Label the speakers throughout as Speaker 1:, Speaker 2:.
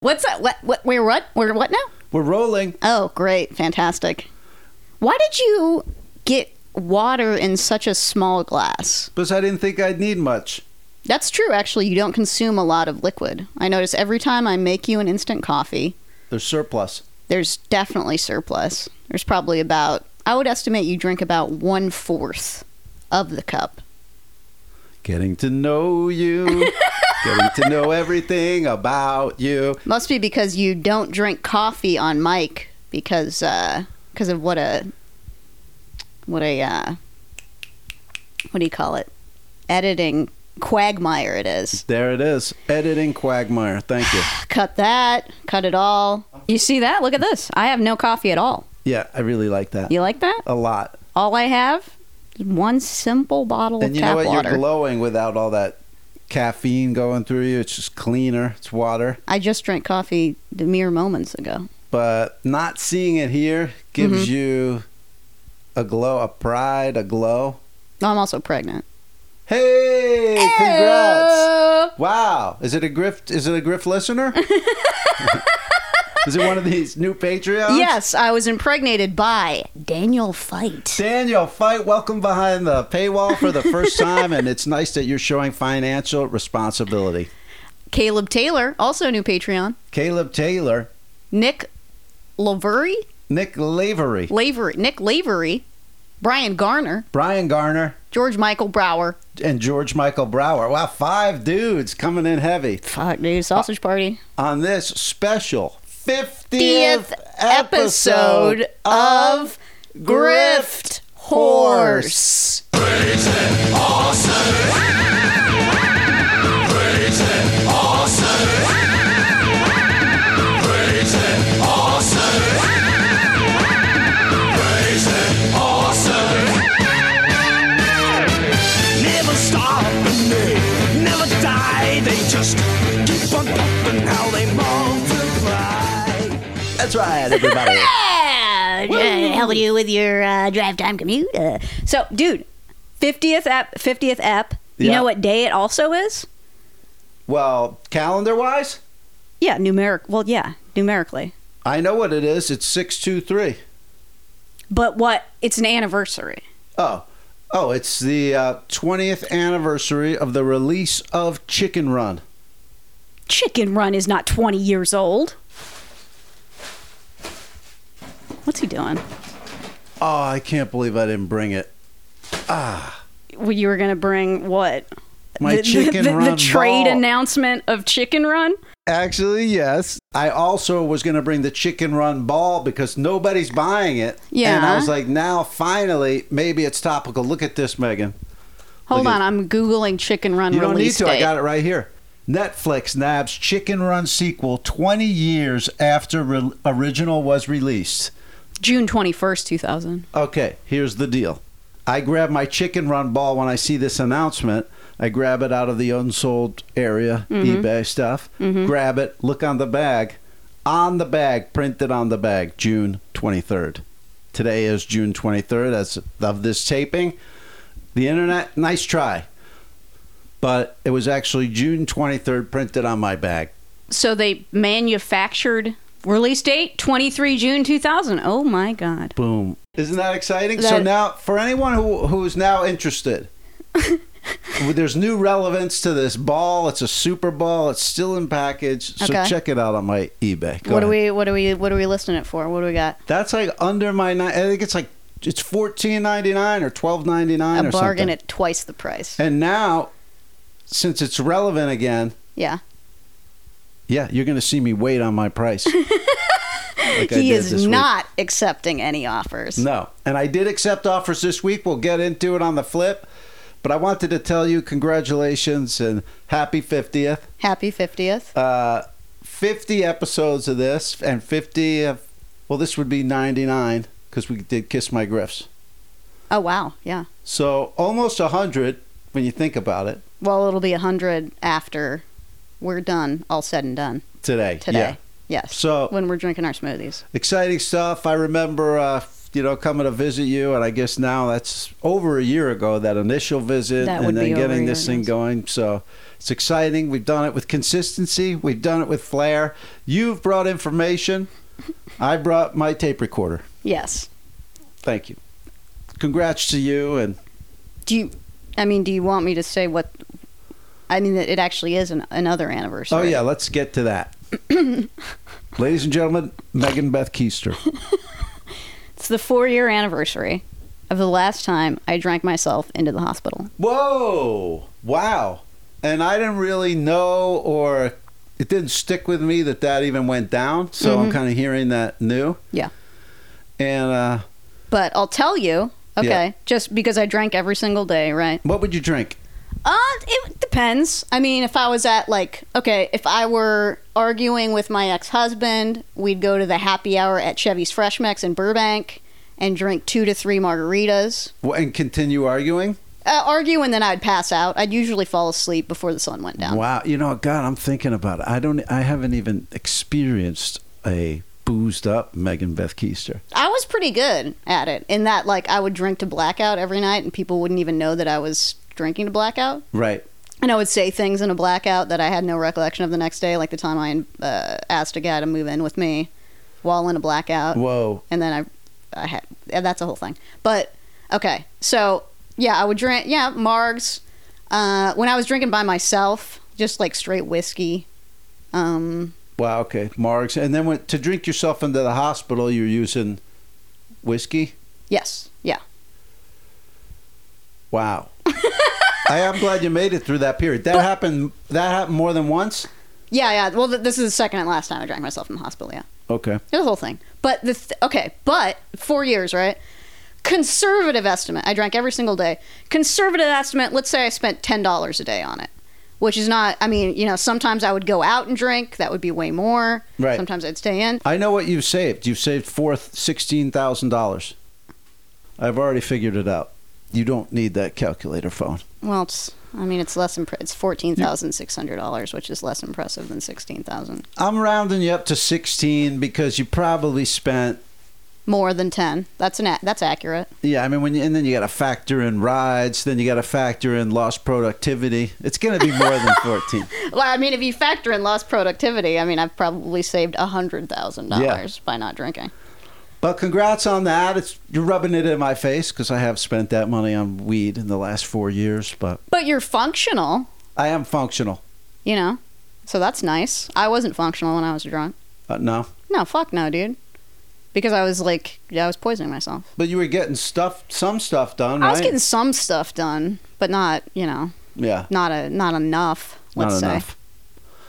Speaker 1: What's that? What? What? We're what? We're what now?
Speaker 2: We're rolling.
Speaker 1: Oh, great, fantastic. Why did you get water in such a small glass?
Speaker 2: Plus, I didn't think I'd need much.
Speaker 1: That's true. Actually, you don't consume a lot of liquid. I notice every time I make you an instant coffee,
Speaker 2: There's surplus.
Speaker 1: there's definitely surplus. There's probably about. I would estimate you drink about one fourth of the cup.
Speaker 2: Getting to know you. Getting to know everything about you.
Speaker 1: Must be because you don't drink coffee on mic because uh, because of what a what a uh, what do you call it? Editing quagmire it is.
Speaker 2: There it is. Editing Quagmire. Thank you.
Speaker 1: Cut that. Cut it all. You see that? Look at this. I have no coffee at all.
Speaker 2: Yeah, I really like that.
Speaker 1: You like that?
Speaker 2: A lot.
Speaker 1: All I have is one simple bottle
Speaker 2: And
Speaker 1: of
Speaker 2: you know
Speaker 1: tap
Speaker 2: what?
Speaker 1: water.
Speaker 2: You're glowing without all that caffeine going through you. It's just cleaner. It's water.
Speaker 1: I just drank coffee the mere moments ago.
Speaker 2: But not seeing it here gives you a glow, a pride, a glow.
Speaker 1: I'm also pregnant.
Speaker 2: Hey, congrats. Wow. Is it a grift is it a grift listener? is it one of these new Patreons?
Speaker 1: Yes, I was impregnated by Daniel Fight.
Speaker 2: Daniel Fight, welcome behind the paywall for the first time, and it's nice that you're showing financial responsibility.
Speaker 1: Caleb Taylor, also a new Patreon.
Speaker 2: Caleb Taylor,
Speaker 1: Nick Lavery,
Speaker 2: Nick Lavery,
Speaker 1: Lavery, Nick Lavery, Brian Garner,
Speaker 2: Brian Garner,
Speaker 1: George Michael Brower.
Speaker 2: and George Michael Brower. Wow, five dudes coming in heavy
Speaker 1: Fuck, dude, sausage party.
Speaker 2: on this special 50th
Speaker 1: 50th episode of Grift Horse.
Speaker 3: Never stop and they never die. They just keep on popping how they multiply.
Speaker 2: That's right, everybody.
Speaker 1: Yeah, uh, helping you with your uh, drive time commute. Uh, so, dude, 50th app, 50th app. You
Speaker 2: Yeah.
Speaker 1: know what day it also is?
Speaker 2: well, calendar wise,
Speaker 1: Yeah, numeric. Well, yeah, numerically.
Speaker 2: I know what it is. It's 623.
Speaker 1: But what? It's an anniversary.
Speaker 2: Oh, oh, it's the uh, 20th anniversary of the release of Chicken Run.
Speaker 1: Chicken Run is not 20 years old. What's he doing?
Speaker 2: Oh, I can't believe I didn't bring it.
Speaker 1: Well, you were going to bring what?
Speaker 2: My Chicken
Speaker 1: the,
Speaker 2: Run
Speaker 1: The trade
Speaker 2: ball.
Speaker 1: announcement of Chicken Run?
Speaker 2: Actually, yes. I also was going to bring the Chicken Run ball because nobody's buying it.
Speaker 1: Yeah.
Speaker 2: And I was like, now finally, maybe it's topical. Look at this, Megan.
Speaker 1: Hold
Speaker 2: Look
Speaker 1: on,
Speaker 2: at-
Speaker 1: I'm Googling Chicken Run
Speaker 2: You don't need
Speaker 1: release
Speaker 2: to. I
Speaker 1: date.
Speaker 2: got it right here. Netflix nabs Chicken Run sequel 20 years after re- original was released.
Speaker 1: June 21st, 2000.
Speaker 2: Okay, here's the deal. I grab my chicken run ball when I see this announcement. I grab it out of the unsold area, eBay stuff. Grab it, look on the bag. On the bag, printed on the bag, June 23rd. Today is June 23rd as of this taping. The internet, nice try. But it was actually June 23rd printed on my bag.
Speaker 1: So they manufactured release date 23 June 2000. Oh my god.
Speaker 2: Boom. Isn't that exciting? so
Speaker 1: That-
Speaker 2: now, for anyone who who's now interested, there's new relevance to this ball. It's a super ball. It's still in package. So
Speaker 1: Okay.
Speaker 2: check it out on my eBay. Go
Speaker 1: what do
Speaker 2: ahead.
Speaker 1: we what do we what are we listing it for? What do we got?
Speaker 2: That's like under my. ni- I think it's like it's fourteen ninety nine or twelve ninety nine
Speaker 1: A
Speaker 2: or
Speaker 1: bargain
Speaker 2: something.
Speaker 1: at twice the price.
Speaker 2: and now, since it's relevant again,
Speaker 1: Yeah.
Speaker 2: yeah, you're gonna see me wait on my price. like I
Speaker 1: he
Speaker 2: did this
Speaker 1: is
Speaker 2: week.
Speaker 1: not accepting any offers.
Speaker 2: No. And I did accept offers this week. We'll get into it on the flip. But I wanted to tell you congratulations and happy 50th.
Speaker 1: Happy 50th.
Speaker 2: Uh, 50 episodes of this and 50 of, well, this would be 99 because we did Kiss My Griffs.
Speaker 1: Oh wow. Yeah.
Speaker 2: So almost 100 when you think about it
Speaker 1: Well, it'll be 100 after we're done, all said and done
Speaker 2: today.
Speaker 1: today.
Speaker 2: Yeah.
Speaker 1: Yes.
Speaker 2: So-
Speaker 1: when we're drinking our smoothies.
Speaker 2: Exciting stuff. I remember, uh, you know, coming to visit you, and I guess now that's over a year ago that initial visit,
Speaker 1: That
Speaker 2: and
Speaker 1: would
Speaker 2: then
Speaker 1: be over a
Speaker 2: getting
Speaker 1: year
Speaker 2: this thing
Speaker 1: ago.
Speaker 2: going. So, It's exciting. We've done it with consistency. We've done it with flair. You've brought information. I brought my tape recorder.
Speaker 1: Yes.
Speaker 2: Thank you. Congrats to you and
Speaker 1: Do you? I mean, do you want me to say what? I mean, it actually is an, another anniversary.
Speaker 2: Oh yeah, let's get to that. Ladies and gentlemen, Megan Beth Keister.
Speaker 1: It's the four-year anniversary of the last time I drank myself into the hospital.
Speaker 2: Whoa! Wow! And I didn't really know, or it didn't stick with me that that even went down. So I'm kind of hearing that new.
Speaker 1: Yeah.
Speaker 2: And uh,
Speaker 1: But I'll tell you. Okay.
Speaker 2: Yeah.
Speaker 1: Just because I drank every single day, right?
Speaker 2: what would you drink?
Speaker 1: Uh, it depends. I mean, if I was at like, okay, if I were arguing with my ex-husband, we'd go to the happy hour at Chevy's Fresh Mex in Burbank and drink two to three margaritas.
Speaker 2: Wh- And continue arguing?
Speaker 1: Uh, argue and then I'd pass out. I'd usually fall asleep before the sun went down.
Speaker 2: Wow! You know, God, I'm thinking about it. I don't. I haven't even experienced a boozed up Megan Beth Keister.
Speaker 1: I was pretty good at it in that like I would drink to blackout every night and people wouldn't even know that I was drinking to blackout.
Speaker 2: Right.
Speaker 1: And I would say things in a blackout that I had no recollection of the next day, like the time I uh, asked a guy to move in with me while in a blackout.
Speaker 2: Whoa.
Speaker 1: And then I, I had yeah, that's a whole thing. But okay, so yeah, I would drink yeah margs. Uh, when I was drinking by myself, just like straight whiskey. Um,
Speaker 2: Wow. Okay. Margs. And then when, to drink yourself into the hospital, you're using whiskey.
Speaker 1: yes, yeah.
Speaker 2: Wow. I am glad you made it through that period. That happened. That happened more than once.
Speaker 1: Yeah, yeah. Well, th- this is the second and last time I drank myself in the hospital. Yeah,
Speaker 2: Okay.
Speaker 1: it was a whole thing. But the th- okay, but four years, right? Conservative estimate. I drank every single day. Conservative estimate. Let's say I spent ten dollars a day on it, which is not. I mean, you know, sometimes I would go out and drink. That would be way more.
Speaker 2: Right.
Speaker 1: Sometimes I'd stay in.
Speaker 2: I know what you've saved. You've saved four sixteen thousand dollars. I've already figured it out. You don't need that calculator phone.
Speaker 1: Well, it's. I mean, it's less. Impre- it's fourteen thousand six hundred dollars, which is less impressive than sixteen thousand.
Speaker 2: I'm rounding you up to sixteen because you probably spent.
Speaker 1: More than ten. That's an. A- that's accurate.
Speaker 2: Yeah, I mean, when you, and then you got to factor in rides. Then you got to factor in lost productivity. It's going to be more than fourteen.
Speaker 1: Well, I mean, if you factor in lost productivity, I mean, I've probably saved hundred thousand dollars by not drinking.
Speaker 2: But congrats on that. It's you're rubbing it in my face because I have spent that money on weed in the last four years. But
Speaker 1: But you're functional,
Speaker 2: I am functional.
Speaker 1: you know, so that's nice. I wasn't functional when I was drunk.
Speaker 2: Uh, no,
Speaker 1: No, fuck no, dude. Because I was like, yeah, I was poisoning myself.
Speaker 2: but you were getting stuff, some stuff done, right?
Speaker 1: I was getting some stuff done, but not, you know,
Speaker 2: yeah,
Speaker 1: not a not enough. Let's
Speaker 2: not
Speaker 1: say
Speaker 2: enough.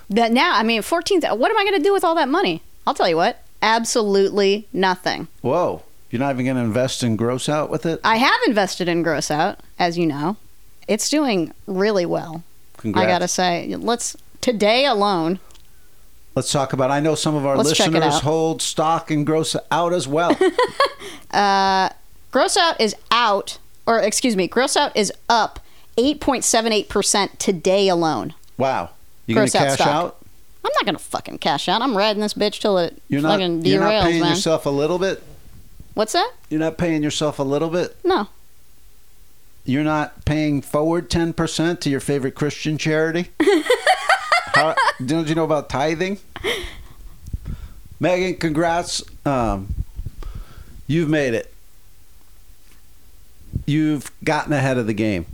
Speaker 1: that now. I mean, fourteen. What am I going to do with all that money? I'll tell you what. Absolutely nothing.
Speaker 2: Whoa, you're not even going to invest in gross out with it.
Speaker 1: I have invested in Gross Out, as you know. It's doing really well.
Speaker 2: Congrats.
Speaker 1: I gotta say, let's today alone.
Speaker 2: Let's talk about. I know some of our
Speaker 1: Let's check it
Speaker 2: listeners
Speaker 1: out.
Speaker 2: hold stock in gross out as well.
Speaker 1: Gross out is out, or excuse me, gross out is up 8.78 percent today alone.
Speaker 2: wow, you going
Speaker 1: Gross
Speaker 2: to
Speaker 1: out
Speaker 2: cash
Speaker 1: stock.
Speaker 2: out?
Speaker 1: I'm not gonna fucking cash out. I'm riding this bitch till it
Speaker 2: You're not.
Speaker 1: fucking
Speaker 2: you're
Speaker 1: derails,
Speaker 2: not paying
Speaker 1: man.
Speaker 2: yourself a little bit.
Speaker 1: What's that?
Speaker 2: You're not paying yourself a little bit.
Speaker 1: No,
Speaker 2: You're not paying forward ten percent to your favorite Christian charity. How, don't you know about tithing? Megan, congrats. Um, you've made it. You've gotten ahead of the game.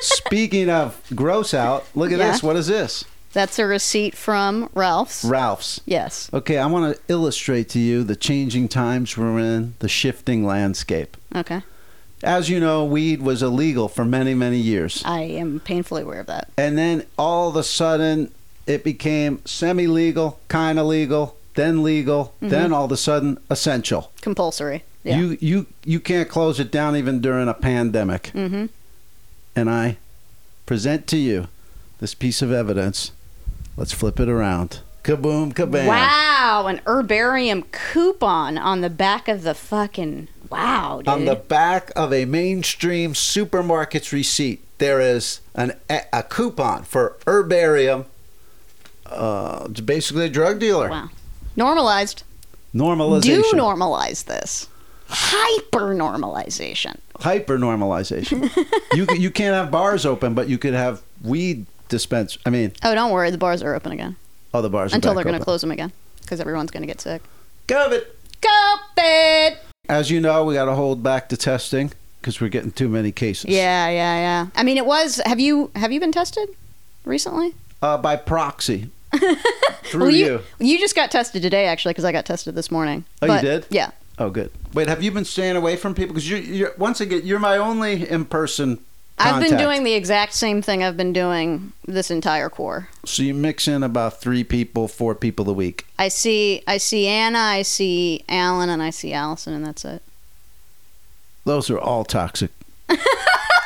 Speaker 2: Speaking of gross out, look at
Speaker 1: Yeah.
Speaker 2: this. What is this?
Speaker 1: that's a receipt from Ralph's.
Speaker 2: Ralph's.
Speaker 1: yes.
Speaker 2: Okay, I want to illustrate to you the changing times we're in, the shifting landscape.
Speaker 1: Okay.
Speaker 2: As you know, weed was illegal for many, many years.
Speaker 1: I am painfully aware of that.
Speaker 2: and then all of a sudden it became semi-legal kind of legal then legal then all of a sudden essential
Speaker 1: Compulsory. Mm-hmm. Yeah.
Speaker 2: you you you can't close it down even during a pandemic
Speaker 1: mm-hmm.
Speaker 2: and i present to you this piece of evidence let's flip it around kaboom kabam
Speaker 1: Wow, an herbarium coupon on the back of the fucking wow, dude.
Speaker 2: on the back of a mainstream supermarket's receipt there is an a coupon for herbarium uh, it's basically a drug dealer
Speaker 1: wow. Normalized.
Speaker 2: normalization
Speaker 1: do normalize this. Hyper normalization.
Speaker 2: hyper normalization. you c- you can't have bars open, but you could have weed dispense. I mean,
Speaker 1: Oh, don't worry. The bars are open again
Speaker 2: other bars are
Speaker 1: until
Speaker 2: back
Speaker 1: they're going to
Speaker 2: open.
Speaker 1: close them again because everyone's going to get sick.
Speaker 2: COVID.
Speaker 1: COVID.
Speaker 2: As you know, we got to hold back the testing because we're getting too many cases.
Speaker 1: Yeah, yeah, yeah. I mean, it was. Have you have you been tested recently?
Speaker 2: Uh, by proxy. Through
Speaker 1: Well,
Speaker 2: you.
Speaker 1: you you just got tested today, actually, because I got tested this morning.
Speaker 2: Oh, you did?
Speaker 1: Yeah.
Speaker 2: Oh, good. Wait, have you been staying away from people? Because you're, you're once again, you're my only in-person.
Speaker 1: I've been
Speaker 2: contact.
Speaker 1: doing the exact same thing I've been doing this entire core.
Speaker 2: So you mix in about three people, four people a week.
Speaker 1: I see I see Anna, I see Alan, and I see Allison, and that's it.
Speaker 2: Those are all toxic.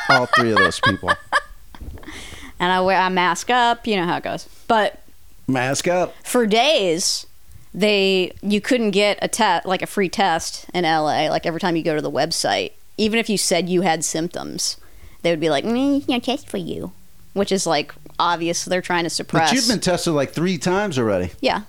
Speaker 2: all three of those people.
Speaker 1: And I wear I mask up, you know how it goes. But
Speaker 2: Mask up.
Speaker 1: for days they you couldn't get a test like a free test in LA like every time you go to the website even if you said you had symptoms they would be like mm, no test for you which is like obvious they're trying to suppress
Speaker 2: But you've been tested like three times already.
Speaker 1: yeah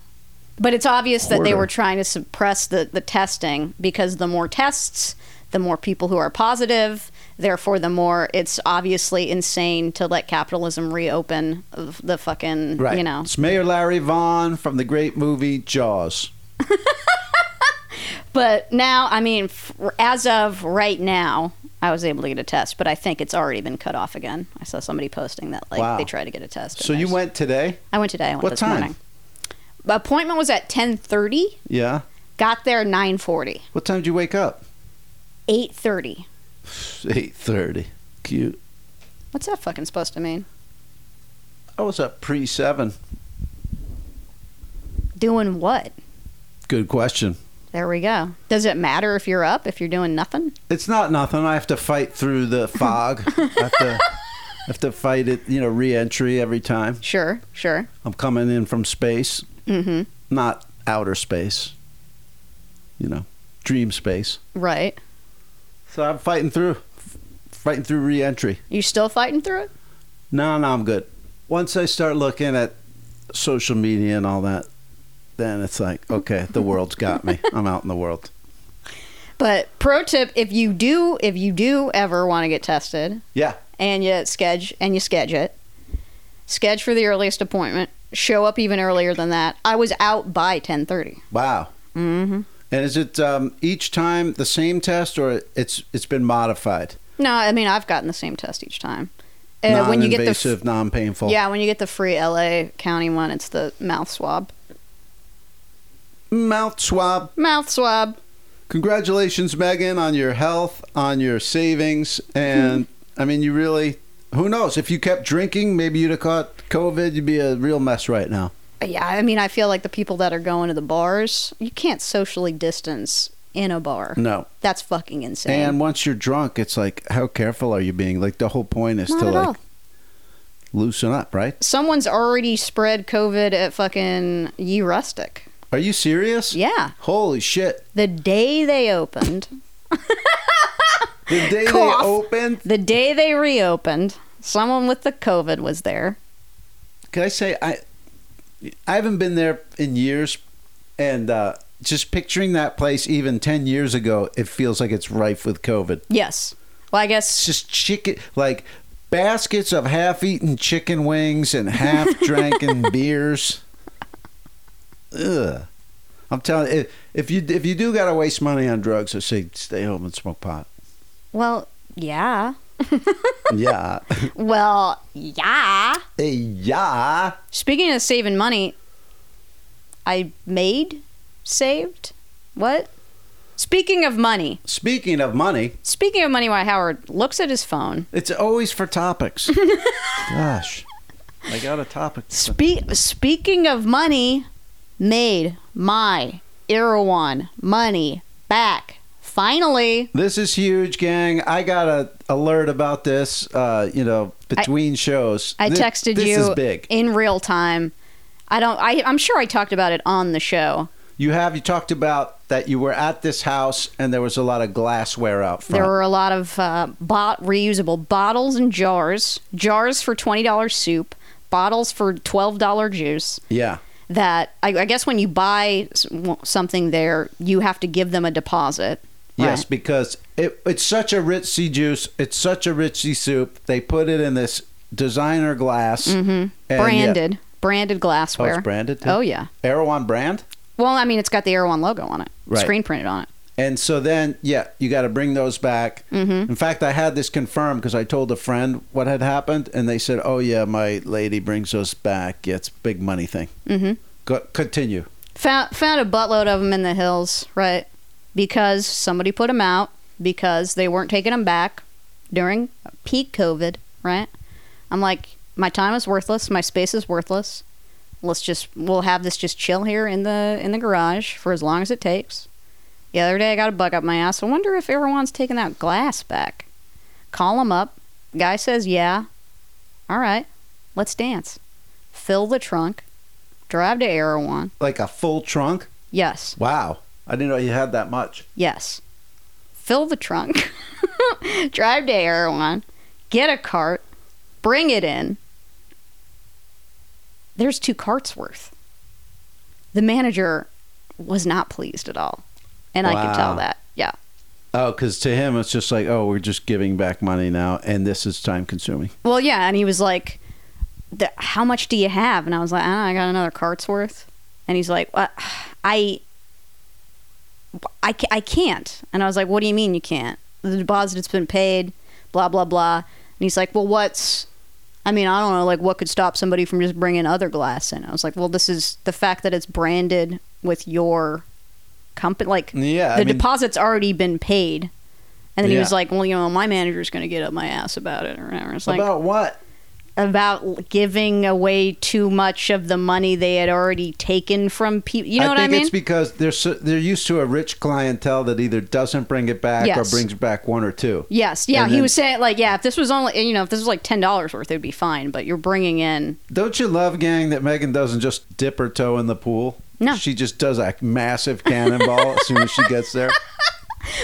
Speaker 1: but it's obvious that they
Speaker 2: Quarter.
Speaker 1: were trying to suppress the, the testing because the more tests the more people who are positive therefore the more it's obviously insane to let capitalism reopen the fucking
Speaker 2: Right.
Speaker 1: you know
Speaker 2: It's Mayor Larry Vaughn from the great movie Jaws.
Speaker 1: But now, I mean, f- as of right now, I was able to get a test, but I think it's already been cut off again. I saw somebody posting that like
Speaker 2: Wow.
Speaker 1: they tried to get a test. and
Speaker 2: So you
Speaker 1: there's-
Speaker 2: went today?
Speaker 1: I went today. I went
Speaker 2: What
Speaker 1: this
Speaker 2: time?
Speaker 1: morning. The appointment was at ten thirty.
Speaker 2: Yeah.
Speaker 1: Got there nine forty.
Speaker 2: What time did you wake up?
Speaker 1: Eight thirty.
Speaker 2: Eight thirty. Cute.
Speaker 1: What's that fucking supposed to mean?
Speaker 2: I was up pre seven.
Speaker 1: Doing what?
Speaker 2: Good question.
Speaker 1: There we go. Does it matter if you're up if you're doing nothing?
Speaker 2: It's not nothing. I have to fight through the fog. I have to, I have to fight it. You know, re-entry every time.
Speaker 1: Sure, sure.
Speaker 2: I'm coming in from space,
Speaker 1: Mm-hmm.
Speaker 2: not outer space. You know, dream space.
Speaker 1: Right.
Speaker 2: So I'm fighting through, fighting through re-entry.
Speaker 1: You still fighting through it?
Speaker 2: No, no, I'm good. Once I start looking at social media and all that, then it's like, okay, the world's got me. I'm out in the world.
Speaker 1: But pro tip: if you do, if you do ever want to get tested,
Speaker 2: Yeah.
Speaker 1: and you sketch and you sketch it. Sketch for the earliest appointment. Show up even earlier than that. I was out by ten thirty.
Speaker 2: Wow.
Speaker 1: Mm-hmm.
Speaker 2: And is it um, each time the same test, or it's it's been modified?
Speaker 1: No, I mean I've gotten the same test each time. Uh, when you get the
Speaker 2: Non-invasive, non-painful.
Speaker 1: yeah, when you get the free LA County one, it's the mouth swab.
Speaker 2: Mouth swab.
Speaker 1: Mouth swab.
Speaker 2: Congratulations, Megan, on your health, on your savings, and
Speaker 1: Mm-hmm.
Speaker 2: I mean, you really. Who knows? If you kept drinking, maybe you'd have caught COVID. You'd be a real mess right now.
Speaker 1: Yeah, I mean I feel like the people that are going to the bars, you can't socially distance in a bar.
Speaker 2: No.
Speaker 1: That's fucking insane.
Speaker 2: And once you're drunk, it's like, how careful are you being? Like the whole point is
Speaker 1: Not
Speaker 2: to
Speaker 1: at
Speaker 2: like
Speaker 1: all.
Speaker 2: loosen up, right?
Speaker 1: Someone's already spread COVID at fucking Ye Rustic.
Speaker 2: Are you serious?
Speaker 1: Yeah.
Speaker 2: Holy shit!
Speaker 1: The day they opened,
Speaker 2: The day
Speaker 1: Cough.
Speaker 2: they opened,
Speaker 1: the day they reopened, someone with the COVID was there.
Speaker 2: can I say I? I haven't been there in years, and uh, just picturing that place even ten years ago, it feels like it's rife with COVID.
Speaker 1: Yes. Well, I
Speaker 2: It's
Speaker 1: guess
Speaker 2: just chicken, like baskets of half-eaten chicken wings and half-drinking beers. Ugh. I'm telling if, if you if you do gotta waste money on drugs, I say stay home and smoke pot.
Speaker 1: well, yeah.
Speaker 2: yeah,
Speaker 1: Well, yeah.
Speaker 2: Hey, yeah.
Speaker 1: Speaking of saving money, I made saved. What? Speaking of money,
Speaker 2: Speaking of money,
Speaker 1: speaking of money, why Howard looks at his phone.
Speaker 2: it's always for topics. Gosh, I got a topic.
Speaker 1: Spe- speaking of money, made my Irwan money back finally.
Speaker 2: This is huge, gang. I got a alert about this. Uh, you know, between shows,
Speaker 1: I
Speaker 2: Thi-
Speaker 1: texted
Speaker 2: this
Speaker 1: you
Speaker 2: is big.
Speaker 1: in real time. I don't. I, I'm sure I talked about it on the show.
Speaker 2: You have you talked about that you were at this house and there was a lot of glassware out front.
Speaker 1: There were a lot of uh, bot reusable bottles and jars. Jars for twenty dollars soup. Bottles for twelve dollar juice.
Speaker 2: yeah.
Speaker 1: That I, I guess when you buy s- w- something there, you have to give them a deposit.
Speaker 2: Yes,
Speaker 1: Right.
Speaker 2: because it, it's such a ritzy juice. It's such a ritzy soup. They put it in this designer glass. and yet-
Speaker 1: Mm-hmm. branded, branded
Speaker 2: oh,
Speaker 1: glassware.
Speaker 2: it's branded. too?
Speaker 1: Oh, yeah.
Speaker 2: Arrow on brand.
Speaker 1: Well, I mean, it's got the Erewhon logo on it,
Speaker 2: Right.
Speaker 1: screen printed on it.
Speaker 2: And so then, yeah, you got to bring those back.
Speaker 1: Mm-hmm.
Speaker 2: In fact, I had this confirmed because I told a friend what had happened, and they said, "Oh yeah, my lady brings those back. Yeah, it's a big money thing." Mm-hmm. Go, continue.
Speaker 1: Found found a buttload of them in the hills, right? Because somebody put them out because they weren't taking them back during peak COVID, right? I'm like, my time is worthless, my space is worthless. Let's just we'll have this just chill here in the in the garage for as long as it takes. The other day I got a bug up my ass. I wonder if everyone's taking that glass back. Call him up. Guy says, "Yeah, all right, let's dance." Fill the trunk. Drive to Erewhon.
Speaker 2: Like a full trunk.
Speaker 1: Yes,
Speaker 2: Wow, I didn't know you had that much.
Speaker 1: yes. Fill the trunk, drive to Erewhon, get a cart, bring it in. There's two carts worth. The manager was not pleased at all. And I could tell
Speaker 2: Wow.
Speaker 1: that. Yeah.
Speaker 2: Oh, because to him, it's just like, oh, we're just giving back money now, and this is time consuming.
Speaker 1: Well, yeah. And he was like, the, How much do you have? And I was like, I, don't know, I got another cart's worth. And he's like, "What? I, I, ca- I can't. And I was like, What do you mean you can't? The deposit's been paid, blah, blah, blah. And he's like, Well, what's. I mean, I don't know, like, what could stop somebody from just bringing other glass in? I was like, well, this is the fact that it's branded with your company. Like,
Speaker 2: Yeah, Mm, I
Speaker 1: the
Speaker 2: mean-
Speaker 1: deposit's already been paid. And then he was
Speaker 2: Yeah.
Speaker 1: like, well, you know, my manager's going to get up my ass about it or whatever. It's like,
Speaker 2: About what?
Speaker 1: about giving away too much of the money they had already taken from people. You know
Speaker 2: I
Speaker 1: what
Speaker 2: think
Speaker 1: I mean?
Speaker 2: it's because they're so, they're used to a rich clientele that either doesn't bring it back
Speaker 1: Yes.
Speaker 2: or brings back one or two.
Speaker 1: yes. Yeah.
Speaker 2: And
Speaker 1: He
Speaker 2: then-
Speaker 1: was saying like, yeah, if this was only, you know, if this was like ten dollars worth, it'd be fine. But you're bringing in
Speaker 2: Don't you love, gang, that Megan doesn't just dip her toe in the pool?
Speaker 1: No.
Speaker 2: She just does a massive cannonball as soon as she gets there.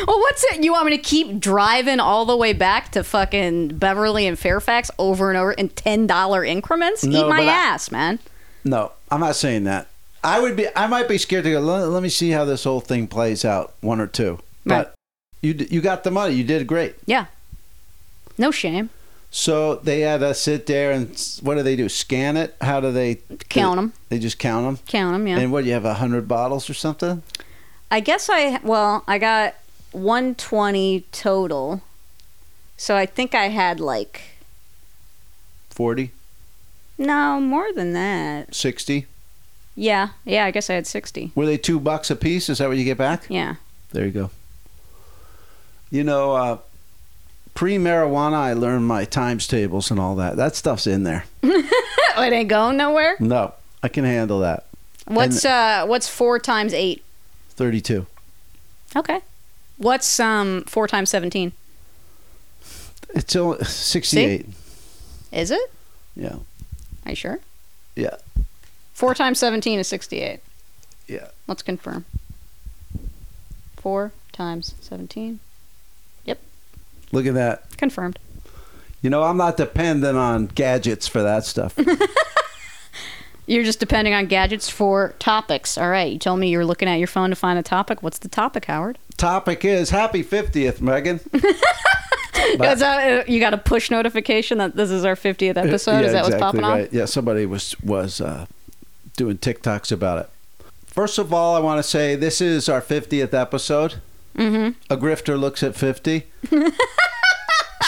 Speaker 1: well, what's it? You want me to keep driving all the way back to fucking Beverly and Fairfax over and over in ten dollar increments?
Speaker 2: No,
Speaker 1: Eat my
Speaker 2: but I-
Speaker 1: ass, man.
Speaker 2: No, I'm not saying that. I would be. I might be scared to go. Let, let me see how this whole thing plays out. One or two.
Speaker 1: Right.
Speaker 2: But you d- you got the money. You did great.
Speaker 1: Yeah. No shame.
Speaker 2: So they had to sit there and s- what do they do? Scan it? How do they
Speaker 1: Count 'em.
Speaker 2: They just count them.
Speaker 1: Count them. Yeah.
Speaker 2: And what do you have? A hundred bottles or something?
Speaker 1: I guess I well, I got 120 total. So I think I had like
Speaker 2: Forty?
Speaker 1: no, more than that.
Speaker 2: Sixty?
Speaker 1: Yeah. Yeah, I guess I had 60.
Speaker 2: Were they two bucks a piece? Is that what you get back?
Speaker 1: Yeah.
Speaker 2: There you go. You know, uh, pre marijuana, I learned my times tables and all that. That stuff's in there.
Speaker 1: Oh, it ain't going nowhere.
Speaker 2: No, I can handle that.
Speaker 1: What's uh what's 4 times 8?
Speaker 2: 32.
Speaker 1: Okay. What's um 4 times 17?
Speaker 2: It's only 68.
Speaker 1: Is it?
Speaker 2: Yeah.
Speaker 1: Are you sure?
Speaker 2: Yeah.
Speaker 1: 4 times 17 is 68.
Speaker 2: Yeah.
Speaker 1: Let's confirm. 4 times 17.
Speaker 2: Look at that.
Speaker 1: Confirmed.
Speaker 2: You know, I'm not dependent on gadgets for that stuff.
Speaker 1: You're just depending on gadgets for topics. All right. You told me you were looking at your phone to find a topic. What's the topic, Howard?
Speaker 2: Topic is happy 50th, Megan. But-
Speaker 1: Is that, uh, you got a push notification that this is our 50th episode? is that what's popping on?
Speaker 2: Yeah, somebody was was uh, doing TikToks about it. First of all, I want to say this is our 50th episode. Mm-hmm. A grifter looks at 50.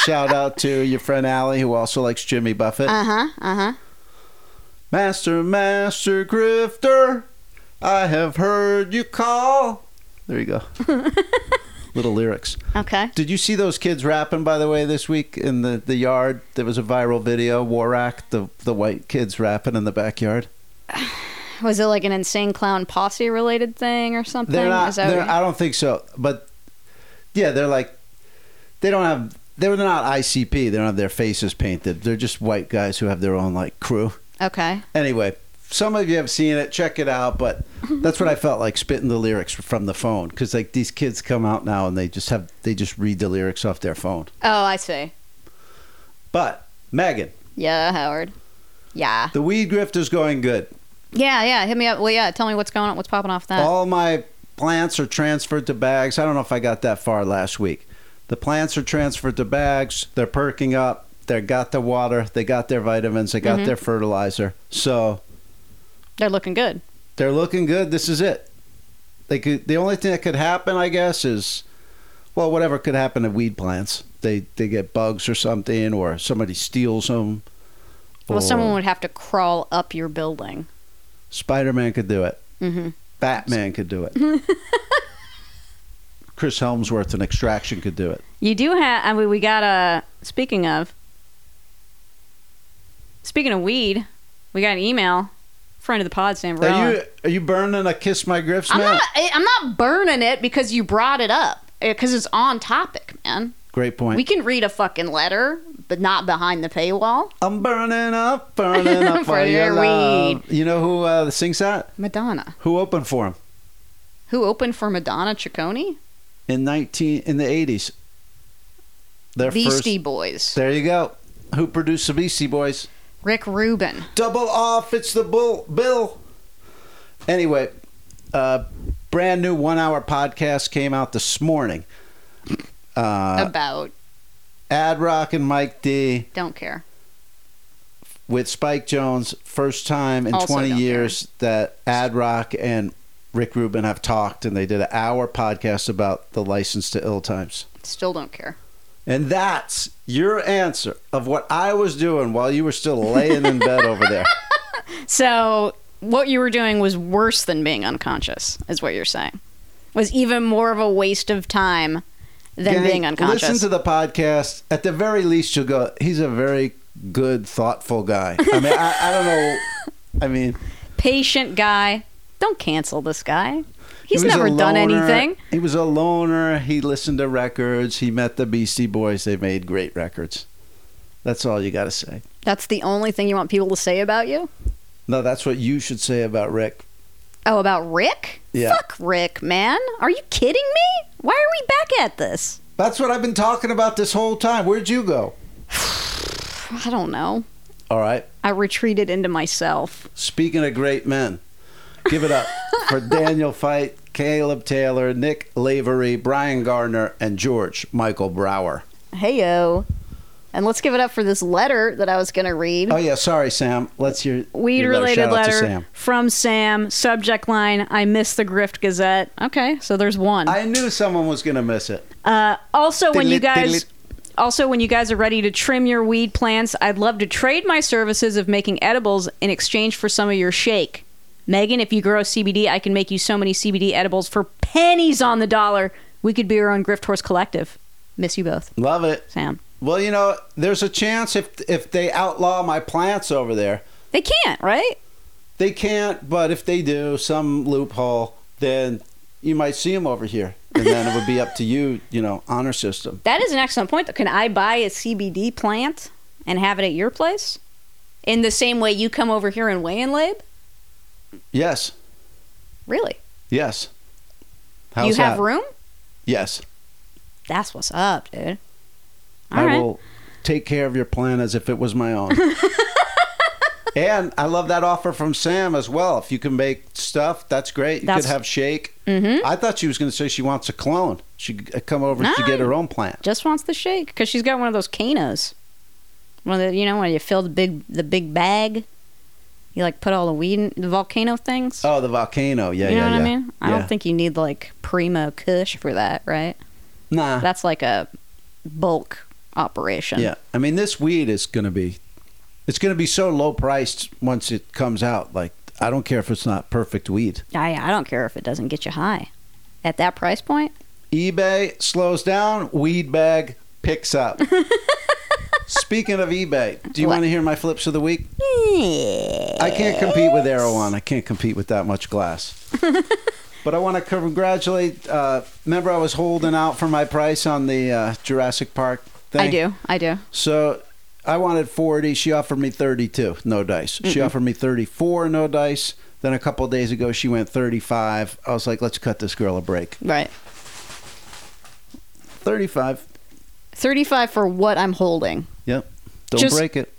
Speaker 2: Shout out to your friend Allie, who also likes Jimmy Buffett.
Speaker 1: Uh huh. Uh huh.
Speaker 2: Master, master grifter, I have heard you call. There you go. Little lyrics.
Speaker 1: Okay.
Speaker 2: Did you see those kids rapping by the way this week in the, the yard? There was a viral video, Warak, the the white kids rapping in the backyard.
Speaker 1: Was it like an insane clown posse related thing or something?
Speaker 2: They're not
Speaker 1: Is that
Speaker 2: they're,
Speaker 1: what-
Speaker 2: I don't think so. But yeah, they're like they don't have they're not ICP, they don't have their faces painted. They're just white guys who have their own like crew.
Speaker 1: okay.
Speaker 2: Anyway, some of you have seen it, check it out, but that's what I felt like spitting the lyrics from the phone cuz like these kids come out now and they just have they just read the lyrics off their phone.
Speaker 1: Oh, I see.
Speaker 2: But Megan,
Speaker 1: Yeah, Howard. Yeah.
Speaker 2: the weed grift is going good.
Speaker 1: Yeah, yeah. Hit me up. Well, yeah. Tell me what's going on. What's popping off that?
Speaker 2: All my plants are transferred to bags. I don't know if I got that far last week. The plants are transferred to bags. They're perking up. They got the water, they got their vitamins, they
Speaker 1: Mm-hmm.
Speaker 2: got their fertilizer. So
Speaker 1: They're looking good.
Speaker 2: they're looking good. This is it. They could. The only thing that could happen, I guess, is well, whatever could happen to weed plants. They they get bugs or something, or somebody steals them.
Speaker 1: Well, someone would have to crawl up your building.
Speaker 2: Spider Man could do it.
Speaker 1: Mhm.
Speaker 2: Batman could do it. Chris Helmsworth in Extraction could do it.
Speaker 1: You do have. I mean, we got a. Speaking of. Speaking of weed, we got an email. Friend of the pod, Sam
Speaker 2: Are
Speaker 1: Varela.
Speaker 2: you are you burning a Kiss My Grips,
Speaker 1: I'm
Speaker 2: man?
Speaker 1: not. I- I'm not burning it because you brought it up. Because it's on topic, man.
Speaker 2: Great point.
Speaker 1: We can read a fucking letter, but not behind the paywall.
Speaker 2: I'm burning up, burning up
Speaker 1: For
Speaker 2: for your
Speaker 1: your
Speaker 2: love. You know who uh, sings that?
Speaker 1: Madonna.
Speaker 2: Who opened for him
Speaker 1: Who opened for Madonna Ciccone?
Speaker 2: in nineteen in the eighties? Their
Speaker 1: Beastie
Speaker 2: first.
Speaker 1: Boys.
Speaker 2: There you go. Who produced the Beastie Boys?
Speaker 1: Rick Rubin.
Speaker 2: Double off. It's the bull bill. Anyway, uh, brand new one-hour podcast came out this morning. Uh,
Speaker 1: about.
Speaker 2: Ad Rock and Mike D.
Speaker 1: Don't care.
Speaker 2: with Spike Jones, first time in
Speaker 1: Also
Speaker 2: 20
Speaker 1: don't
Speaker 2: years that Ad Rock and Rick Rubin have talked, and they did an hour podcast about the license to ill times.
Speaker 1: Still don't care.
Speaker 2: And that's your answer of what I was doing while you were still laying in bed over there.
Speaker 1: So what you were doing was worse than being unconscious, is what you're saying. Was even more of a waste of time than
Speaker 2: Gang,
Speaker 1: being unconscious.
Speaker 2: Listen to the podcast. At the very least, you'll go, he's a very good, thoughtful guy. I mean, I, I don't know. I mean,
Speaker 1: Patient guy. Don't cancel this guy. He's
Speaker 2: He was
Speaker 1: never
Speaker 2: a
Speaker 1: done
Speaker 2: loner.
Speaker 1: anything.
Speaker 2: He was a loner. He listened to records. He met the Beastie Boys. They made great records. That's all you got to say.
Speaker 1: That's the only thing you want people to say about you?
Speaker 2: No, that's what you should say about Rick.
Speaker 1: Oh, about Rick?
Speaker 2: Yeah.
Speaker 1: Fuck Rick, man. Are you kidding me? Why are we back at this?
Speaker 2: That's what I've been talking about this whole time. Where'd you go?
Speaker 1: I don't know.
Speaker 2: All right.
Speaker 1: I retreated into myself.
Speaker 2: Speaking of great men, give it up for Daniel Fight, Caleb Taylor, Nick Lavery, Brian Gardner, and George Michael Brower.
Speaker 1: Hey yo. And let's give it up for this letter that I was going to read.
Speaker 2: Oh yeah, sorry Sam. Let's hear
Speaker 1: Weed
Speaker 2: your
Speaker 1: related
Speaker 2: Shout out to
Speaker 1: letter
Speaker 2: Sam.
Speaker 1: from Sam. Subject line I miss the Grift Gazette. Okay, so there's one.
Speaker 2: I knew someone was gonna miss it.
Speaker 1: uh, also, when you
Speaker 2: Diddly,
Speaker 1: guys.
Speaker 2: diddly.
Speaker 1: Also, when you guys are ready to trim your weed plants, I'd love to trade my services of making edibles in exchange for some of your shake. Megan, if you grow CBD, I can make you so many CBD edibles for pennies on the dollar. We could be our own Grift Horse Collective. Miss you both,
Speaker 2: Love it.
Speaker 1: Sam.
Speaker 2: Well, you know, there's a chance if if they outlaw my plants over there,
Speaker 1: They can't, right?
Speaker 2: they can't. But if they do, some loophole, then you might see them over here, and then it would be up to you, you know, honor system.
Speaker 1: That is an excellent point. though. Can I buy a CBD plant and have it at your place? In the same way you come over here and weigh and lab?
Speaker 2: Yes,
Speaker 1: Really?
Speaker 2: yes. How's
Speaker 1: you have
Speaker 2: that?
Speaker 1: room?
Speaker 2: Yes,
Speaker 1: That's what's up, dude. All
Speaker 2: I
Speaker 1: right.
Speaker 2: will take care of your plant as if it was my own. and I love that offer from Sam as well. If you can make stuff, that's great. You
Speaker 1: That's- Mm-hmm.
Speaker 2: could have shake. I thought she was going to say she wants a clone. She could come over to get
Speaker 1: No.
Speaker 2: her own plant.
Speaker 1: Just wants the shake because she's got one of those canos. One of the, you know, when you fill the big the big bag, you like put all the weed in the volcano things.
Speaker 2: Oh, the volcano. Yeah,
Speaker 1: you know
Speaker 2: yeah,
Speaker 1: what
Speaker 2: yeah.
Speaker 1: I mean? I
Speaker 2: Yeah.
Speaker 1: don't think you need like primo kush for that, right?
Speaker 2: Nah.
Speaker 1: That's like a bulk operation.
Speaker 2: yeah. I mean, this weed is going to be, it's going to be so low priced once it comes out. Like, I don't care if it's not perfect weed.
Speaker 1: I, I don't care if it doesn't get you high. At that price point,
Speaker 2: eBay slows down, weed bag picks up. Speaking of eBay, do you
Speaker 1: What?
Speaker 2: want to hear my flips of the week? I can't compete with Erewhon. I can't compete with that much glass. but I want to congratulate. Uh, remember, I was holding out for my price on the uh, Jurassic Park thing.
Speaker 1: I do. I do.
Speaker 2: So I wanted 40. She offered me 32, no dice. She offered me 34, no dice. Then a couple of days ago, she went 35. I was like, let's cut this girl a break.
Speaker 1: Right.
Speaker 2: 35.
Speaker 1: 35 for what I'm holding.
Speaker 2: Yep. Don't
Speaker 1: Just-
Speaker 2: break it.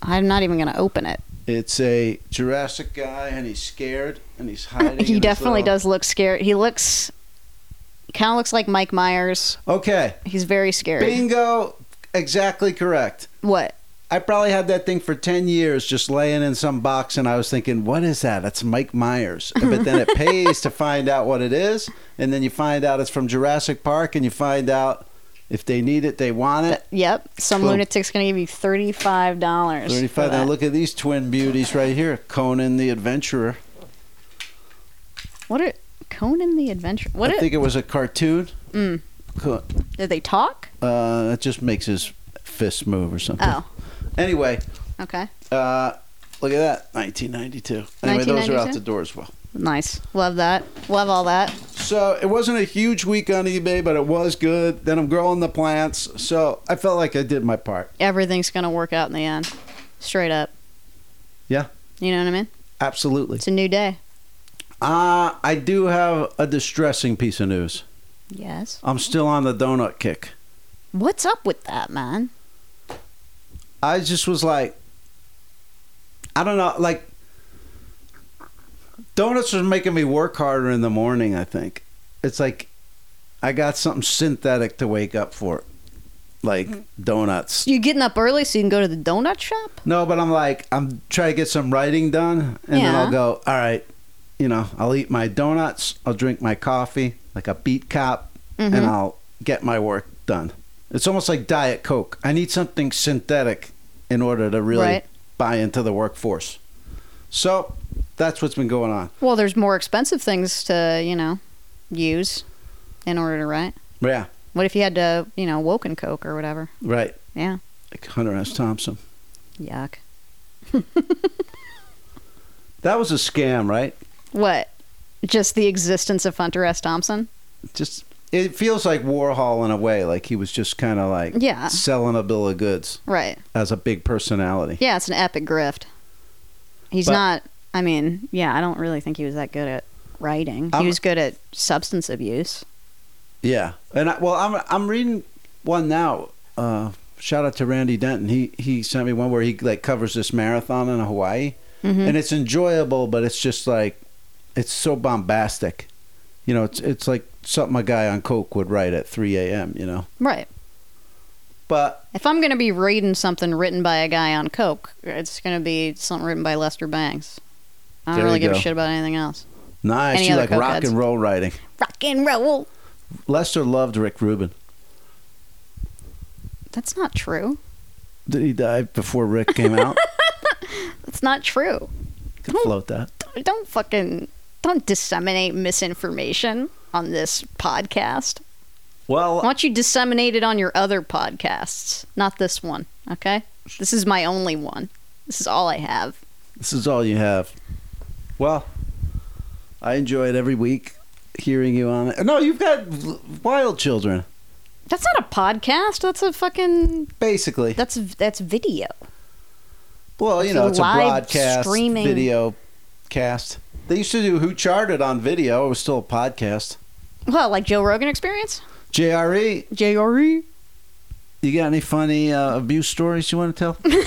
Speaker 1: I'm not even going to open it.
Speaker 2: It's a Jurassic guy, and he's scared, and he's hiding. in
Speaker 1: He
Speaker 2: his
Speaker 1: definitely
Speaker 2: little-
Speaker 1: does look scared. He looks kind of looks like Mike Myers.
Speaker 2: Okay.
Speaker 1: He's very scary.
Speaker 2: Bingo. exactly correct.
Speaker 1: What?
Speaker 2: I probably had that thing for 10 years just laying in some box, and I was thinking, what is that? That's Mike Myers. But then it pays to find out what it is, and then you find out it's from Jurassic Park, and you find out if they need it, they want it.
Speaker 1: Uh, Yep. Some
Speaker 2: Boom.
Speaker 1: lunatic's gonna give you thirty-five dollars.
Speaker 2: 35. Now look at these twin beauties right here Conan the Adventurer.
Speaker 1: What are Conan the Adventurer? What?
Speaker 2: I
Speaker 1: Are,
Speaker 2: think it was a cartoon.
Speaker 1: Mm.
Speaker 2: Co-
Speaker 1: did they talk?
Speaker 2: Uh, it just makes his fist move or something.
Speaker 1: Oh,
Speaker 2: Anyway,
Speaker 1: okay.
Speaker 2: uh, look at that 1992. Anyway, those are out
Speaker 1: 1992?
Speaker 2: the door as well.
Speaker 1: Nice. Love that. Love all that.
Speaker 2: So it wasn't a huge week on eBay, but it was good. Then I'm growing the plants, so I felt like I did my part.
Speaker 1: Everything's gonna work out in the end. Straight up.
Speaker 2: Yeah.
Speaker 1: You know what I mean?
Speaker 2: Absolutely.
Speaker 1: It's a new day.
Speaker 2: Uh, I do have a distressing piece of news.
Speaker 1: Yes.
Speaker 2: I'm still on the donut kick.
Speaker 1: What's up with that, man?
Speaker 2: I just was like, I don't know, like donuts was making me work harder in the morning. I think it's like I got something synthetic to wake up for, like donuts.
Speaker 1: You getting up early so you can go to the donut shop?
Speaker 2: No, but I'm like, I'm trying to get some writing done, and then I'll
Speaker 1: Yeah.
Speaker 2: go. All right, you know, I'll eat my donuts, I'll drink my coffee, like a beat cop,
Speaker 1: Mm-hmm.
Speaker 2: and I'll get my work done. It's almost like diet coke. I need something synthetic in order to really
Speaker 1: Right.
Speaker 2: buy into the workforce. So that's what's been going on.
Speaker 1: Well, there's more expensive things to you know use in order to write.
Speaker 2: But yeah,
Speaker 1: What if you had to you know Woken Coke or whatever?
Speaker 2: right.
Speaker 1: Yeah.
Speaker 2: Like Hunter S. Thompson.
Speaker 1: Yuck.
Speaker 2: That was a scam, right?
Speaker 1: What? Just the existence of Hunter S. Thompson?
Speaker 2: Just it feels like Warhol in a way. Like he was just kind of like
Speaker 1: Yeah.
Speaker 2: selling a bill of goods
Speaker 1: Right.
Speaker 2: as a big personality.
Speaker 1: Yeah, it's an epic grift. He's
Speaker 2: But-
Speaker 1: not. I mean, yeah, I don't really think he was that good at writing.
Speaker 2: I'm-
Speaker 1: he was good at substance abuse.
Speaker 2: Yeah, and I, well, I'm I'm reading one now. Uh, shout out to Randy Denton. He he sent me one where he like covers this marathon in Hawaii,
Speaker 1: Mm-hmm.
Speaker 2: and it's enjoyable, but it's just like it's so bombastic. You know, it's it's like something a guy on coke would write at 3 a.m. You know,
Speaker 1: Right.
Speaker 2: but
Speaker 1: If I'm going to be reading something written by a guy on coke, it's going to be something written by Lester Bangs. I don't
Speaker 2: There
Speaker 1: really
Speaker 2: you
Speaker 1: give
Speaker 2: go.
Speaker 1: a shit about anything else.
Speaker 2: nice.
Speaker 1: Any
Speaker 2: you
Speaker 1: other
Speaker 2: like
Speaker 1: coke
Speaker 2: rock
Speaker 1: heads?
Speaker 2: and roll writing.
Speaker 1: Rock and roll.
Speaker 2: Lester loved Rick Rubin.
Speaker 1: That's not true.
Speaker 2: Did he die before Rick came out?
Speaker 1: That's not true.
Speaker 2: Could float that.
Speaker 1: Don't fucking don't disseminate misinformation on this podcast.
Speaker 2: Well,
Speaker 1: Why don't you disseminate it on your other podcasts? Not this one, okay? This is my only one. This is all I have.
Speaker 2: This is all you have. Well, I enjoy it every week hearing you on it. No, you've got wild children,
Speaker 1: That's not a podcast. That's a fucking.
Speaker 2: basically.
Speaker 1: That's that's video.
Speaker 2: well, you know,
Speaker 1: a
Speaker 2: it's a
Speaker 1: live
Speaker 2: broadcast,
Speaker 1: streaming-
Speaker 2: video cast. They used to do Who Charted on video. It was still a podcast.
Speaker 1: Well, like Joe Rogan Experience.
Speaker 2: JRE,
Speaker 1: JRE
Speaker 2: you got any funny uh, abuse stories you want to tell?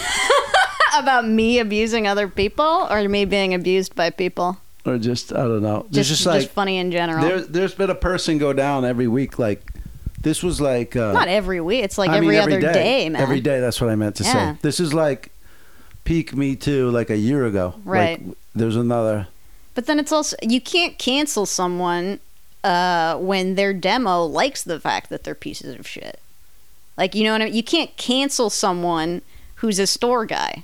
Speaker 1: about me abusing other people or me being abused by people.
Speaker 2: or just, I don't know. There's
Speaker 1: Just
Speaker 2: just, like,
Speaker 1: funny in general.
Speaker 2: there, there's been a person go down every week. Like, this was like. Uh,
Speaker 1: Not every week. It's like
Speaker 2: I
Speaker 1: every
Speaker 2: mean,
Speaker 1: other day. man.
Speaker 2: Every day, that's what I meant to
Speaker 1: Yeah.
Speaker 2: say. This is like peak Me Too, like a year ago.
Speaker 1: Right.
Speaker 2: Like, there's another.
Speaker 1: But then it's also you can't cancel someone uh, when their demo likes the fact that they're pieces of shit. Like you know what I mean? You can't cancel someone who's a store guy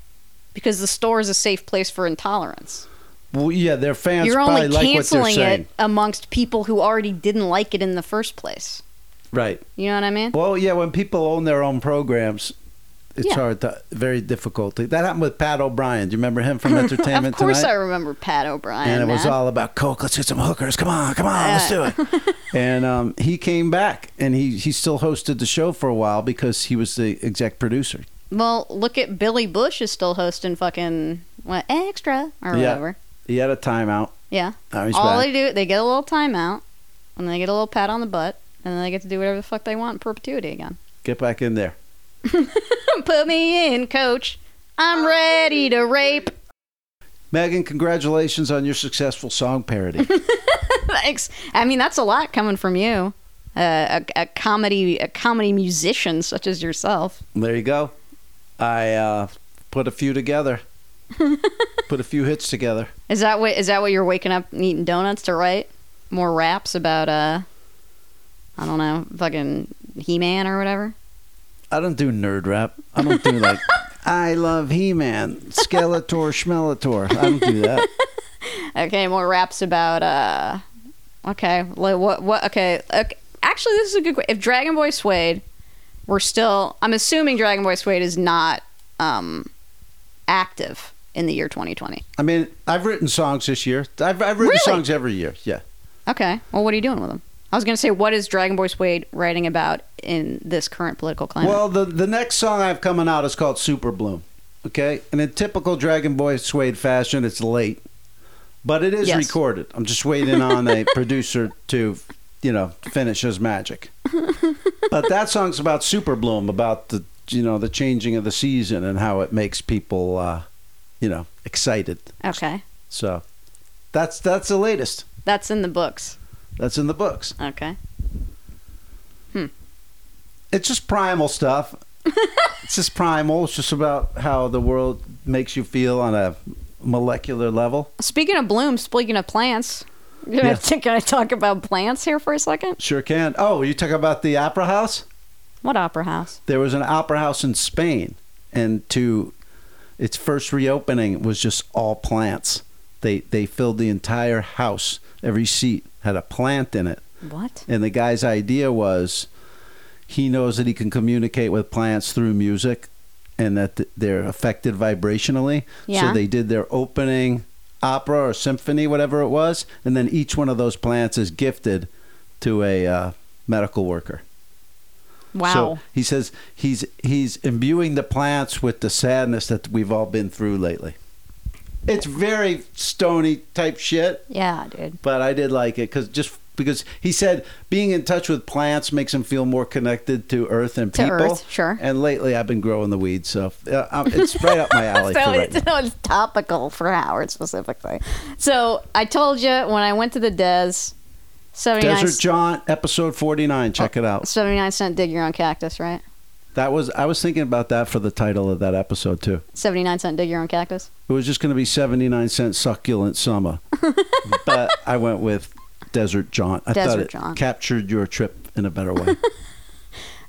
Speaker 1: because the store is a safe place for intolerance.
Speaker 2: Well, yeah, their fans
Speaker 1: You're
Speaker 2: probably
Speaker 1: only
Speaker 2: like what they're
Speaker 1: canceling
Speaker 2: saying.
Speaker 1: it amongst people who already didn't like it in the first place.
Speaker 2: Right.
Speaker 1: You know what I mean?
Speaker 2: Well, yeah, when people own their own programs, it's
Speaker 1: Yeah.
Speaker 2: hard to, very difficult. to- That happened with Pat O'Brien. Do you remember him from Entertainment
Speaker 1: of course, I
Speaker 2: Tonight?
Speaker 1: remember Pat O'Brien.
Speaker 2: and it was
Speaker 1: man.
Speaker 2: all about coke. Let's get some hookers. Come on, come on, let's do it. and um, he came back, and he, he still hosted the show for a while because he was the exec producer.
Speaker 1: well, look at Billy Bush is still hosting fucking what extra or
Speaker 2: Yeah.
Speaker 1: whatever.
Speaker 2: He had a timeout.
Speaker 1: Yeah.
Speaker 2: Now he's
Speaker 1: All
Speaker 2: back.
Speaker 1: they do, they get a little timeout, and they get a little pat on the butt, and then they get to do whatever the fuck they want in perpetuity again.
Speaker 2: Get back in there.
Speaker 1: Put me in, coach. I'm ready to rape.
Speaker 2: Megan, congratulations on your successful song parody.
Speaker 1: Thanks. I mean, that's a lot coming from you. uh, a, a comedy a comedy musician such as yourself.
Speaker 2: There you go. I uh, put a few together. put a few hits together.
Speaker 1: Is that what is that what you're waking up and eating donuts to write more raps about? Uh, I don't know, fucking He Man or whatever.
Speaker 2: I don't do nerd rap. I don't do like I love He Man, Skeletor, Schmelator. I don't do that.
Speaker 1: Okay, more raps about. uh Okay, like, what what? Okay, okay, actually, this is a good. que- If Dragon Boy Suede, we're still. I'm assuming Dragon Boy Suede is not um active in the year 2020.
Speaker 2: I mean, I've written songs this year. I've, I've written
Speaker 1: Really?
Speaker 2: songs every year. Yeah.
Speaker 1: Okay. Well, what are you doing with them? I was going to say, what is Dragon Boy Suede writing about in this current political climate?
Speaker 2: Well, the the next song I have coming out is called Super Bloom. Okay, and in typical Dragon Boy Suede fashion, it's late, but it is
Speaker 1: Yes.
Speaker 2: recorded. I'm just waiting on a producer to, you know, finish his magic. but that song's about Super Bloom, about the you know the changing of the season and how it makes people, uh, you know, excited.
Speaker 1: okay.
Speaker 2: So that's that's the latest.
Speaker 1: That's in the books.
Speaker 2: That's in the books.
Speaker 1: Okay.
Speaker 2: it's just primal stuff. it's just primal. It's just about how the world makes you feel on a molecular level.
Speaker 1: Speaking of blooms, speaking of plants, you know,
Speaker 2: Yeah.
Speaker 1: can I talk about plants here for a second?
Speaker 2: Sure can. Oh, you talk about the opera house?
Speaker 1: What opera house?
Speaker 2: There was an opera house in Spain, and to its first reopening was just all plants. They they filled the entire house. Every seat had a plant in it.
Speaker 1: What?
Speaker 2: And the guy's idea was he knows that he can communicate with plants through music and that th- they're affected vibrationally.
Speaker 1: Yeah.
Speaker 2: So they did their opening opera or symphony, whatever it was. And then each one of those plants is gifted to a uh, medical worker.
Speaker 1: Wow.
Speaker 2: So he says he's he's imbuing the plants with the sadness that we've all been through lately. It's very stony type shit
Speaker 1: yeah, dude.
Speaker 2: but I did like it because just because he said being in touch with plants makes him feel more connected to earth and
Speaker 1: To
Speaker 2: people.
Speaker 1: earth, sure.
Speaker 2: And lately, I've been growing the weeds, so uh, um, it's right up my alley.
Speaker 1: So
Speaker 2: for right
Speaker 1: it's,
Speaker 2: now.
Speaker 1: so it's topical for Howard specifically. So I told you when I went to the Des, 79,
Speaker 2: Desert John, episode forty-nine. Check it out.
Speaker 1: 79 cent dig your own cactus, right?
Speaker 2: That was I was thinking about that for the title of that episode too.
Speaker 1: 79 cent dig your own cactus.
Speaker 2: It was just going to be seventy-nine cent succulent summer, but I went with Desert John. I thought
Speaker 1: Desert
Speaker 2: it
Speaker 1: John.
Speaker 2: captured your trip in a better way.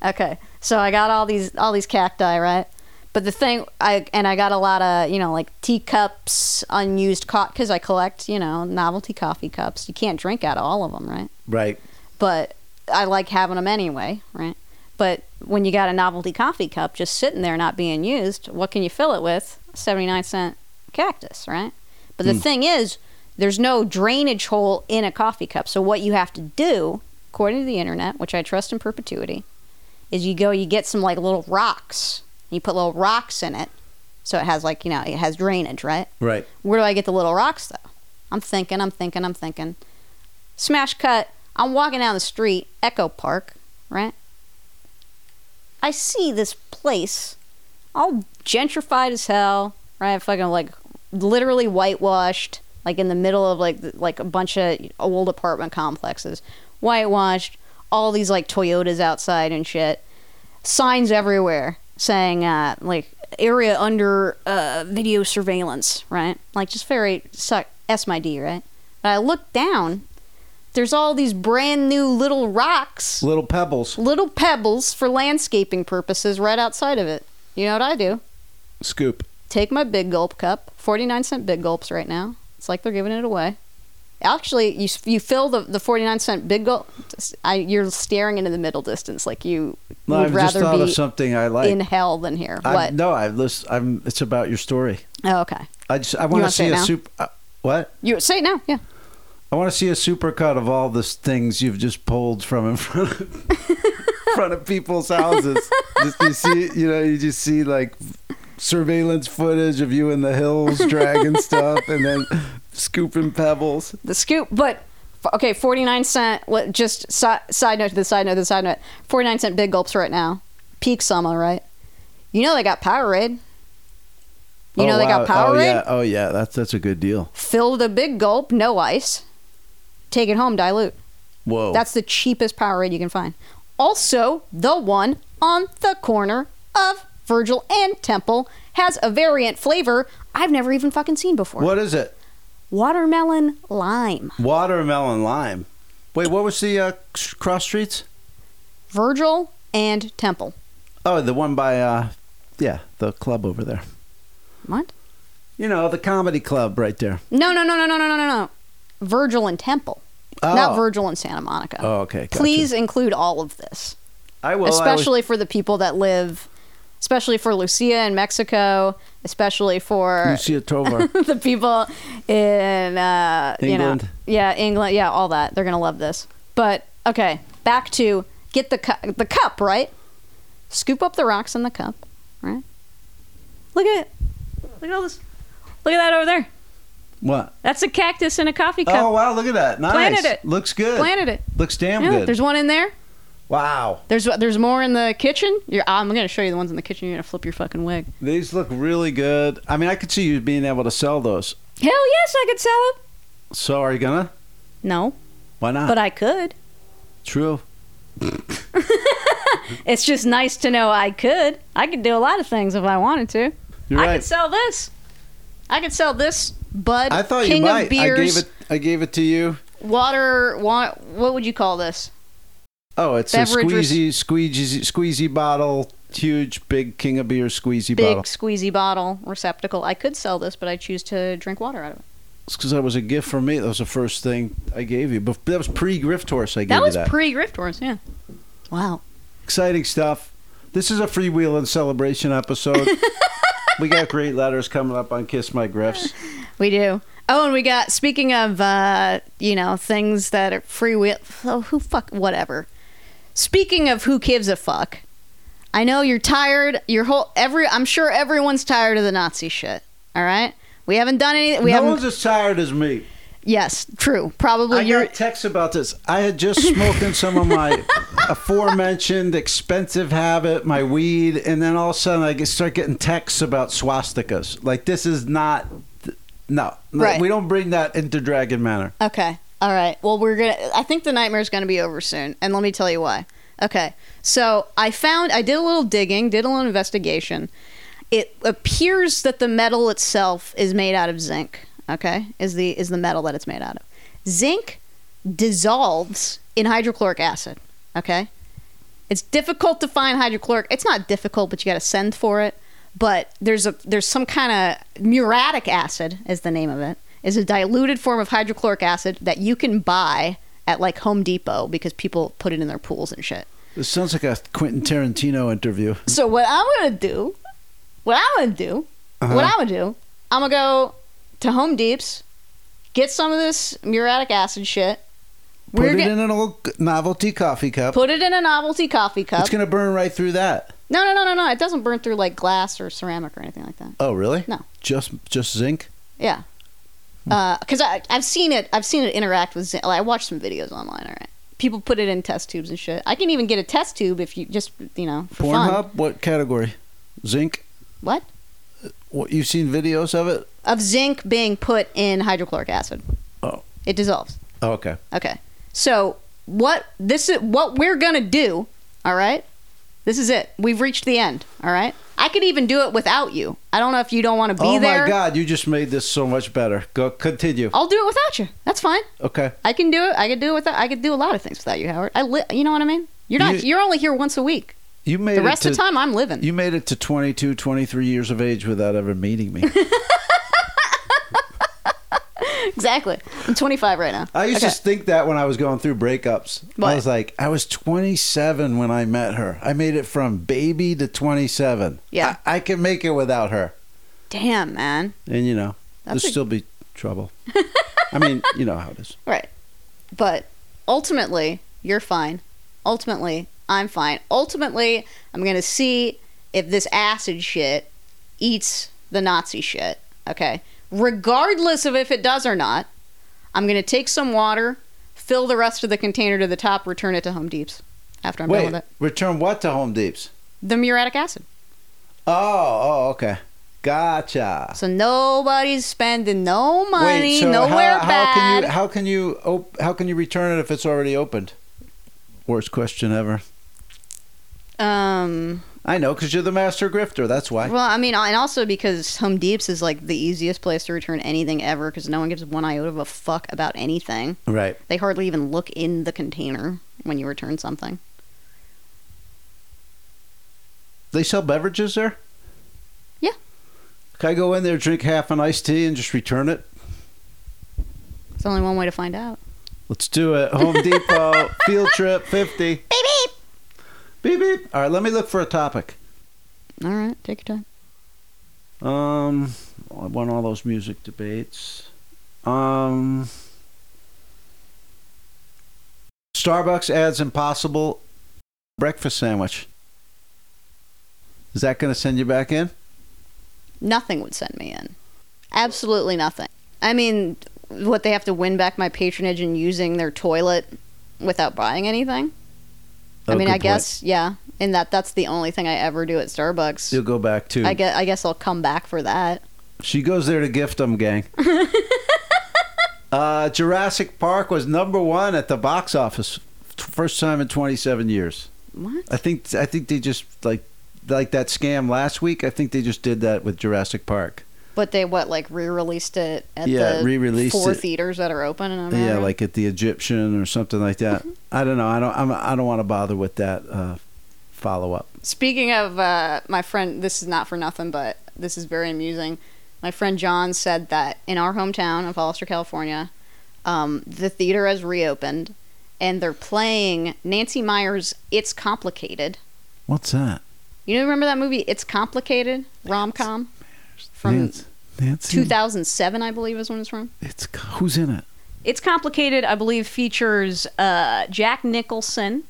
Speaker 1: Okay, so I got all these all these cacti, right? But the thing, I and I got a lot of you know like teacups, unused coffee, because I collect you know novelty coffee cups. You can't drink out of all of them, right?
Speaker 2: right.
Speaker 1: But I like having them anyway, right? But when you got a novelty coffee cup just sitting there not being used, what can you fill it with? Seventy nine cent cactus, right? But the thing is, there's no drainage hole in a coffee cup. So what you have to do, according to the internet, which I trust in perpetuity, is you go you get some like little rocks you put little rocks in it so it has like you know it has drainage right
Speaker 2: Right.
Speaker 1: where do i get the little rocks though i'm thinking i'm thinking i'm thinking smash cut i'm walking down the street echo park right i see this place all gentrified as hell right fucking like literally whitewashed like in the middle of like th- like a bunch of old apartment complexes whitewashed all these like toyotas outside and shit signs everywhere saying uh, like area under uh, video surveillance, right? Like just very suck S my D, right? And I look down. There's all these brand new little rocks,
Speaker 2: Little pebbles.
Speaker 1: little pebbles for landscaping purposes right outside of it. You know what I do?
Speaker 2: Scoop.
Speaker 1: Take my big gulp cup, 49 cent big gulps right now. It's like they're giving it away. Actually, you you fill the, the 49 cent big gulp. I, you're staring into the middle distance like you
Speaker 2: No,
Speaker 1: would
Speaker 2: I've just
Speaker 1: rather
Speaker 2: thought
Speaker 1: be
Speaker 2: of something I like.
Speaker 1: in hell than here.
Speaker 2: I,
Speaker 1: What?
Speaker 2: no, I listen. I'm. It's about your story.
Speaker 1: oh, okay.
Speaker 2: I just. I want
Speaker 1: wanna
Speaker 2: to
Speaker 1: say
Speaker 2: see
Speaker 1: it
Speaker 2: a
Speaker 1: now?
Speaker 2: super. Uh, what?
Speaker 1: You say it now. Yeah.
Speaker 2: I want to see a supercut of all the things you've just pulled from in front of, front of people's houses. just you see, you know, you just see like surveillance footage of you in the hills dragging stuff, and then scooping pebbles.
Speaker 1: The scoop, but f- okay, 49 cent, what, just si- side note to the side note to the side note. 49 cent big gulps right now. Peak summer, right? You know they got Powerade. You
Speaker 2: Oh,
Speaker 1: know they
Speaker 2: wow.
Speaker 1: got Powerade?
Speaker 2: Oh yeah. Oh yeah. That's that's a good deal.
Speaker 1: Fill the big gulp, no ice. Take it home, dilute.
Speaker 2: Whoa.
Speaker 1: That's the cheapest Powerade you can find. Also, the one on the corner of Virgil and Temple has a variant flavor I've never even fucking seen before.
Speaker 2: what is it?
Speaker 1: Watermelon lime.
Speaker 2: Watermelon lime. Wait, what was the uh, s- cross streets?
Speaker 1: Virgil and Temple.
Speaker 2: Oh, the one by uh, yeah, the club over there.
Speaker 1: What?
Speaker 2: You know, the comedy club right there.
Speaker 1: No, no, no, no, no, no, no, no. Virgil and Temple.
Speaker 2: Oh.
Speaker 1: Not Virgil and Santa Monica.
Speaker 2: Oh, okay. gotcha.
Speaker 1: Please include all of this.
Speaker 2: I will. I will-
Speaker 1: especially for the people that live, especially for Lucia in Mexico, especially for
Speaker 2: Lucia Tovar.
Speaker 1: the people in uh,
Speaker 2: England.
Speaker 1: You know, yeah, England. Yeah, all that. They're gonna love this. But okay, back to get the cu- the cup right. Scoop up the rocks in the cup, right? Look at it. Look at all this. Look at that over there.
Speaker 2: what?
Speaker 1: That's a cactus in a coffee cup.
Speaker 2: Oh wow! Look at that. Nice.
Speaker 1: Planted it.
Speaker 2: Looks good.
Speaker 1: Planted it.
Speaker 2: Looks damn
Speaker 1: Yeah,
Speaker 2: good.
Speaker 1: there's one in there.
Speaker 2: wow.
Speaker 1: There's there's more in the kitchen. You're, I'm gonna show you the ones in the kitchen. You're gonna flip your fucking wig.
Speaker 2: These look really good. I mean, I could see you being able to sell those.
Speaker 1: Hell yes, I could sell them.
Speaker 2: So are you gonna?
Speaker 1: No,
Speaker 2: Why not?
Speaker 1: but I could.
Speaker 2: True.
Speaker 1: It's just nice to know I could. I could do a lot of things if I wanted to.
Speaker 2: You're
Speaker 1: I
Speaker 2: right.
Speaker 1: could sell this. I could sell this Bud
Speaker 2: I thought
Speaker 1: King
Speaker 2: you might.
Speaker 1: of Beers
Speaker 2: I gave it. I gave it to you.
Speaker 1: water. Wa- what would you call this?
Speaker 2: Oh, it's
Speaker 1: Beverage
Speaker 2: a
Speaker 1: res-
Speaker 2: squeezy, squeezy, squeezy bottle. Huge, big King of Beer squeezy
Speaker 1: Big
Speaker 2: bottle.
Speaker 1: squeezy bottle receptacle. I could sell this, but I choose to drink water out of it.
Speaker 2: It's because that was a gift for me. That was the first thing I gave you. But that was pre-Grift Horse. I gave
Speaker 1: That
Speaker 2: you
Speaker 1: was
Speaker 2: that.
Speaker 1: pre Grift Wars, yeah. Wow.
Speaker 2: Exciting stuff. This is a freewheeling celebration episode. we got great letters coming up on Kiss My Grifts.
Speaker 1: We do. Oh, and we got speaking of uh, you know things that are free will. Oh, who fuck whatever. Speaking of who gives a fuck, I know you're tired. Your whole every I'm sure everyone's tired of the Nazi shit. All right, we haven't done any. We
Speaker 2: no
Speaker 1: haven't.
Speaker 2: one's as tired as me.
Speaker 1: yes, true. Probably
Speaker 2: I
Speaker 1: you're.
Speaker 2: got texts about this. I had just smoking some of my aforementioned expensive habit, my weed, and then all of a sudden I get, start getting texts about swastikas. Like this is not. th- No, no,
Speaker 1: Right.
Speaker 2: we don't bring that into Dragon Manor.
Speaker 1: Okay. All right. Well, we're going to I think the nightmare's going to be over soon, and let me tell you why. Okay. So, I found I did a little digging, did a little investigation. It appears that the metal itself is made out of zinc, okay? Is the is the metal that it's made out of. Zinc dissolves in hydrochloric acid, okay? It's difficult to find hydrochloric. It's not difficult, but you got to send for it. But there's a there's some kind of muriatic acid is the name of it. Is a diluted form of hydrochloric acid that you can buy at like Home Depot because people put it in their pools and shit.
Speaker 2: This sounds like a Quentin Tarantino interview.
Speaker 1: So what I'm gonna do, what I'm gonna do,
Speaker 2: Uh-huh.
Speaker 1: what I'm gonna do, I'm gonna go to Home Depot's, get some of this muriatic acid shit.
Speaker 2: Put
Speaker 1: We're
Speaker 2: it
Speaker 1: gonna
Speaker 2: in an old novelty coffee cup.
Speaker 1: put it in a novelty coffee cup.
Speaker 2: It's gonna burn right through that.
Speaker 1: no, no, no, no, no. It doesn't burn through like glass or ceramic or anything like that.
Speaker 2: Oh, really?
Speaker 1: No.
Speaker 2: Just just zinc.
Speaker 1: Yeah.
Speaker 2: Hmm.
Speaker 1: Because I I've seen it. I've seen it interact with. Zen- Like, I watched some videos online. All right. People put it in test tubes and shit. I can even get a test tube if you just you know for fun.
Speaker 2: Pornhub. What category? Zinc.
Speaker 1: What
Speaker 2: What you've seen videos of it?
Speaker 1: of zinc being put in hydrochloric acid?
Speaker 2: Oh.
Speaker 1: It dissolves.
Speaker 2: oh okay.
Speaker 1: Okay. So what this is what we're gonna do. All right. This is it. We've reached the end. All right. I could even do it without you. I don't know if you don't want to be
Speaker 2: oh
Speaker 1: there.
Speaker 2: my God! You just made this so much better. Go continue.
Speaker 1: I'll do it without you. That's fine.
Speaker 2: Okay.
Speaker 1: I can do it. I could do it without. I could do a lot of things without you, Howard. I li- You know what I mean? You're not.
Speaker 2: You-
Speaker 1: You, are only here once a week.
Speaker 2: You made
Speaker 1: The
Speaker 2: it
Speaker 1: rest
Speaker 2: to,
Speaker 1: of the time, I'm living.
Speaker 2: You made it to 22, 23 years of age without ever meeting me.
Speaker 1: exactly. I'm 25 right now.
Speaker 2: I used
Speaker 1: Okay.
Speaker 2: to think that when I was going through breakups. I
Speaker 1: What?
Speaker 2: was like, I was 27 when I met her. I made it from baby to 27.
Speaker 1: Yeah.
Speaker 2: I, I can make it without her.
Speaker 1: Damn, man.
Speaker 2: And, you know,
Speaker 1: That's
Speaker 2: there'll
Speaker 1: a-
Speaker 2: still be trouble. I mean, you know how it is.
Speaker 1: Right. But ultimately, you're fine. Ultimately, I'm fine. Ultimately, I'm going to see if this acid shit eats the Nazi shit. Okay. Regardless of if it does or not, I'm going to take some water, fill the rest of the container to the top, return it to Home Deeps after I'm done
Speaker 2: Wait,
Speaker 1: with it.
Speaker 2: return what to Home Deeps?
Speaker 1: The muriatic acid.
Speaker 2: Oh, oh, okay. Gotcha.
Speaker 1: So nobody's spending no money,
Speaker 2: Wait, so
Speaker 1: nowhere
Speaker 2: how, how
Speaker 1: bad.
Speaker 2: can you how can you op- how can you return it if it's already opened? Worst question ever.
Speaker 1: um,
Speaker 2: I know because you're the master grifter. That's why.
Speaker 1: well, I mean, and also because Home Deeps is like the easiest place to return anything ever because no one gives one iota of a fuck about anything.
Speaker 2: Right.
Speaker 1: They hardly even look in the container when you return something.
Speaker 2: They sell beverages there.
Speaker 1: Yeah.
Speaker 2: Can I go in there, drink half an iced tea, and just return it?
Speaker 1: It's only one way to find out.
Speaker 2: Let's do it. Home Depot field trip fifty.
Speaker 1: Beep beep.
Speaker 2: Beep beep. All right. Let me look for a topic.
Speaker 1: All right, take your time.
Speaker 2: Um, I won all those music debates. Um, Starbucks adds impossible breakfast sandwich. Is that going to send you back in?
Speaker 1: Nothing would send me in. Absolutely nothing. I mean, what they have to win back my patronage in using their toilet without buying anything. I
Speaker 2: Oh,
Speaker 1: mean,
Speaker 2: good
Speaker 1: I
Speaker 2: point.
Speaker 1: guess yeah. In that, that's the only thing I ever do at Starbucks.
Speaker 2: you'll go back too.
Speaker 1: I guess, I guess I'll come back for that.
Speaker 2: She goes there to gift them, gang. uh, Jurassic Park was number one at the box office, t- first time in 27 years.
Speaker 1: What?
Speaker 2: I think I think they just like like that scam last week. I think they just did that with Jurassic Park.
Speaker 1: But they what like re-released it at
Speaker 2: Yeah,
Speaker 1: the
Speaker 2: re-released
Speaker 1: four
Speaker 2: it.
Speaker 1: theaters that are open in America.
Speaker 2: Yeah, like at the Egyptian or something like that.
Speaker 1: Mm-hmm.
Speaker 2: I don't know. I don't. I'm, I don't want to bother with that uh, follow up.
Speaker 1: Speaking of uh, my friend, this is not for nothing, but this is very amusing. My friend John said that in our hometown of Hollister, California, um, the theater has reopened and they're playing Nancy Meyer's It's Complicated.
Speaker 2: What's that?
Speaker 1: You remember that movie, It's Complicated? Rom com? From
Speaker 2: Nancy. Nancy?
Speaker 1: 2007, I believe, is when it's from.
Speaker 2: It's who's in it?
Speaker 1: It's Complicated, I believe, features uh, Jack Nicholson,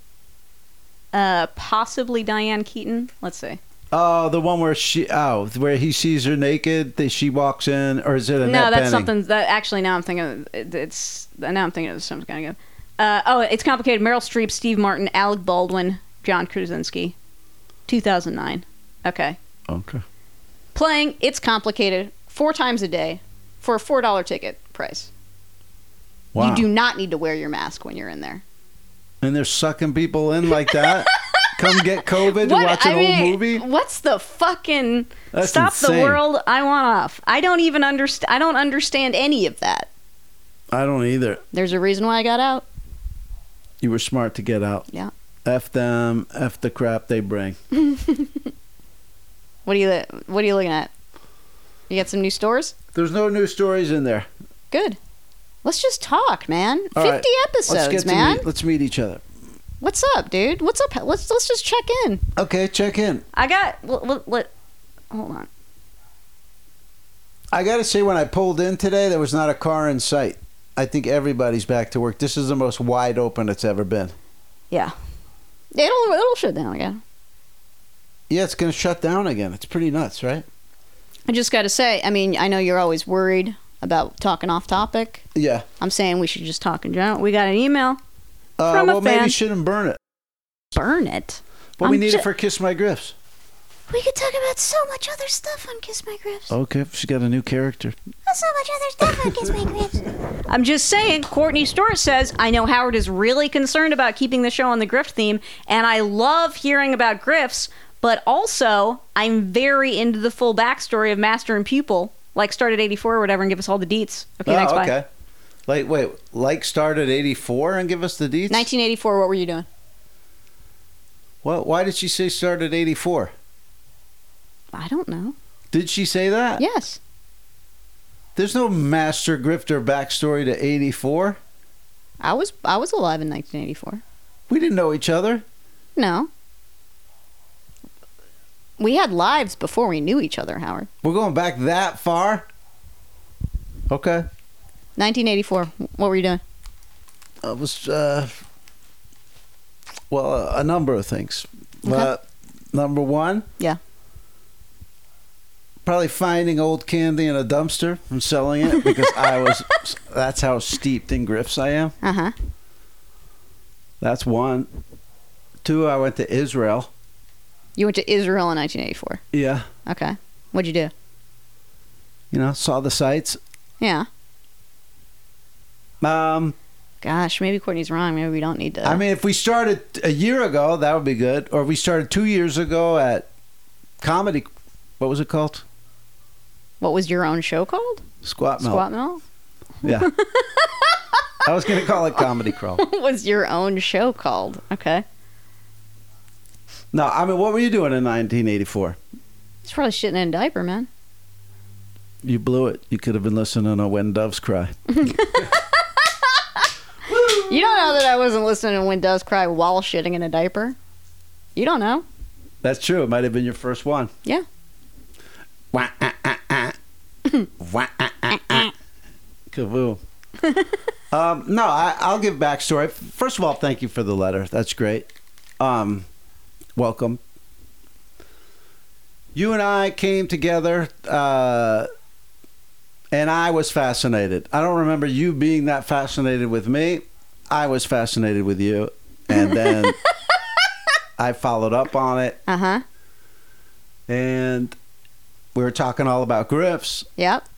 Speaker 1: uh, possibly Diane Keaton. Let's see.
Speaker 2: Oh, the one where she oh where he sees her naked. That she walks in, or is it a
Speaker 1: No, that's something that actually now I'm thinking of, it- it's now I'm thinking of something kind of good. Uh, oh, it's complicated. Meryl Streep, Steve Martin, Alec Baldwin, John Krasinski, 2009. Okay,
Speaker 2: Okay.
Speaker 1: playing it's complicated four times a day for a four dollar ticket price.
Speaker 2: Wow.
Speaker 1: You do not need to wear your mask when you're in there.
Speaker 2: and they're sucking people in like that. Come get COVID to watch an
Speaker 1: I mean,
Speaker 2: old movie.
Speaker 1: What's the fucking
Speaker 2: That's
Speaker 1: stop
Speaker 2: insane.
Speaker 1: the world? I want off. I don't even understand. I don't understand any of that.
Speaker 2: I don't either.
Speaker 1: There's a reason why I got out.
Speaker 2: You were smart to get out.
Speaker 1: Yeah.
Speaker 2: F them. F the crap they bring.
Speaker 1: What are you What are you looking at? You got some new stores?
Speaker 2: There's no new stories in there.
Speaker 1: Good. Let's just talk, man.
Speaker 2: All right.
Speaker 1: Fifty episodes,
Speaker 2: let's get
Speaker 1: man.
Speaker 2: To meet, let's meet each other.
Speaker 1: What's up, dude? What's up? Let's let's just check in.
Speaker 2: Okay, check in.
Speaker 1: I got. Let, let, let- hold on.
Speaker 2: I gotta say, when I pulled in today, there was not a car in sight. I think everybody's back to work. This is the most wide open it's ever been.
Speaker 1: Yeah. It'll it'll shut down again.
Speaker 2: Yeah, it's gonna shut down again. It's pretty nuts, right?
Speaker 1: I just got to say. I mean, I know you're always worried about talking off topic.
Speaker 2: Yeah.
Speaker 1: I'm saying we should just talk in general. We got an email.
Speaker 2: Uh,
Speaker 1: From a
Speaker 2: well, maybe
Speaker 1: fan.
Speaker 2: you shouldn't burn it.
Speaker 1: Burn it.
Speaker 2: But we
Speaker 1: I'm
Speaker 2: need
Speaker 1: ju-
Speaker 2: it for Kiss My Griffs.
Speaker 1: We could talk about so much other stuff on Kiss My Oh, Grips.
Speaker 2: Okay, she got a new character.
Speaker 4: so much other stuff on Kiss My Grips.
Speaker 1: I'm just saying, Courtney Stewart says, I know Howard is really concerned about keeping the show on the grift theme, and I love hearing about grifts, but also I'm very into the full backstory of Master and Pupil. Like start at 84 or whatever and give us all the deets. Okay, thanks,
Speaker 2: oh,
Speaker 1: bye.
Speaker 2: okay. Like, wait, like start at 84 and give us the deets?
Speaker 1: 1984, what were you doing?
Speaker 2: Well, why did she say start at 84?
Speaker 1: I don't know.
Speaker 2: Did she say that?
Speaker 1: Yes.
Speaker 2: There's no master grifter backstory to 84.
Speaker 1: I was I was alive in 1984.
Speaker 2: We didn't know each other.
Speaker 1: No. We had lives before we knew each other, Howard.
Speaker 2: We're going back that far? Okay.
Speaker 1: 1984, what were you doing?
Speaker 2: I was, uh, well, uh, a number of things.
Speaker 1: Okay.
Speaker 2: Uh, number one,
Speaker 1: Yeah.
Speaker 2: probably finding old candy in a dumpster and selling it because I was, that's how steeped in grifts I am.
Speaker 1: Uh huh.
Speaker 2: That's one. Two, I went to Israel.
Speaker 1: You went to Israel in 1984.
Speaker 2: Yeah.
Speaker 1: Okay. What'd you do?
Speaker 2: You know, saw the sights.
Speaker 1: Yeah.
Speaker 2: Um,
Speaker 1: Gosh, maybe Courtney's wrong. Maybe we don't need to.
Speaker 2: I mean, if we started a year ago, that would be good. Or if we started two years ago at comedy, what was it called?
Speaker 1: what was your own show called?
Speaker 2: Squat Melt.
Speaker 1: Squat Mill?
Speaker 2: Yeah. I was going to call it Comedy Crawl.
Speaker 1: What was your own show called? Okay.
Speaker 2: No, I mean, what were you doing in 1984?
Speaker 1: It's probably shitting in a diaper, man.
Speaker 2: You blew it. You could have been listening to When Doves Cry.
Speaker 1: You don't know that I wasn't listening to When Doves Cry while shitting in a diaper. You don't know.
Speaker 2: That's true. It might have been your first one.
Speaker 1: Yeah.
Speaker 2: Wah, ah, ah, ah. Wah, ah, ah, ah. Kaboom. um, no, I, I'll give backstory. First of all, thank you for the letter. That's great. Um, welcome. You and I came together, uh, and I was fascinated. I don't remember you being that fascinated with me. I was fascinated with you, and then I followed up on it,
Speaker 1: Uh huh.
Speaker 2: and we were talking all about griffs,
Speaker 1: Yep.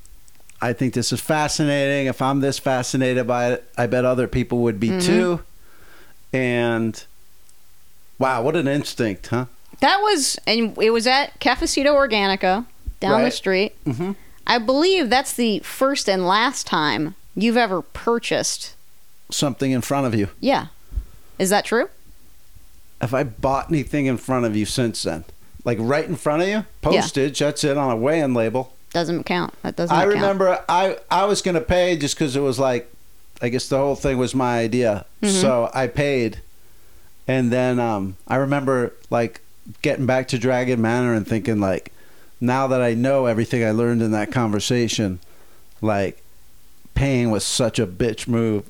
Speaker 2: I think this is fascinating. If I'm this fascinated by it, I bet other people would be too. And wow, what an instinct, huh?
Speaker 1: That was, and it was at Cafecito Organica down the
Speaker 2: Right.
Speaker 1: street.
Speaker 2: Mhm.
Speaker 1: I believe that's the first and last time you've ever purchased.
Speaker 2: Something in front of you.
Speaker 1: Yeah. Is that true?
Speaker 2: Have I bought anything in front of you since then? Like right in front of you? Postage, that's it, on a weigh-in label.
Speaker 1: Doesn't count. That doesn't
Speaker 2: I
Speaker 1: count.
Speaker 2: remember I, I was going to pay just because it was like, I guess the whole thing was my idea.
Speaker 1: Mm-hmm.
Speaker 2: So I paid. And then um, I remember like getting back to Dragon Manor and thinking like, now that I know everything I learned in that conversation, like paying was such a bitch move.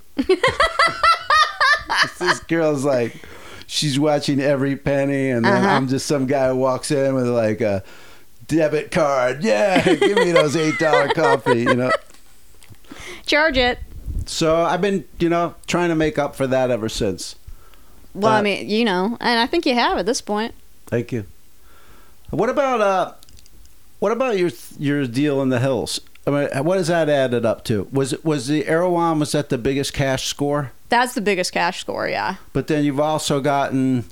Speaker 2: this girl's like, she's watching every penny, and then
Speaker 1: Uh-huh.
Speaker 2: I'm just some guy who walks in with like a debit card. Yeah, give me those eight dollar coffee. You know.
Speaker 1: Charge it.
Speaker 2: So I've been, you know, trying to make up for that ever since.
Speaker 1: Well, I
Speaker 2: But-
Speaker 1: mean, you know, and I think you have at this point.
Speaker 2: Thank you. What about uh, what about your your deal in the hills? I mean, what has that added up to? Was it was the Erewhon was that the biggest cash score?
Speaker 1: That's the biggest cash score, yeah.
Speaker 2: But then you've also gotten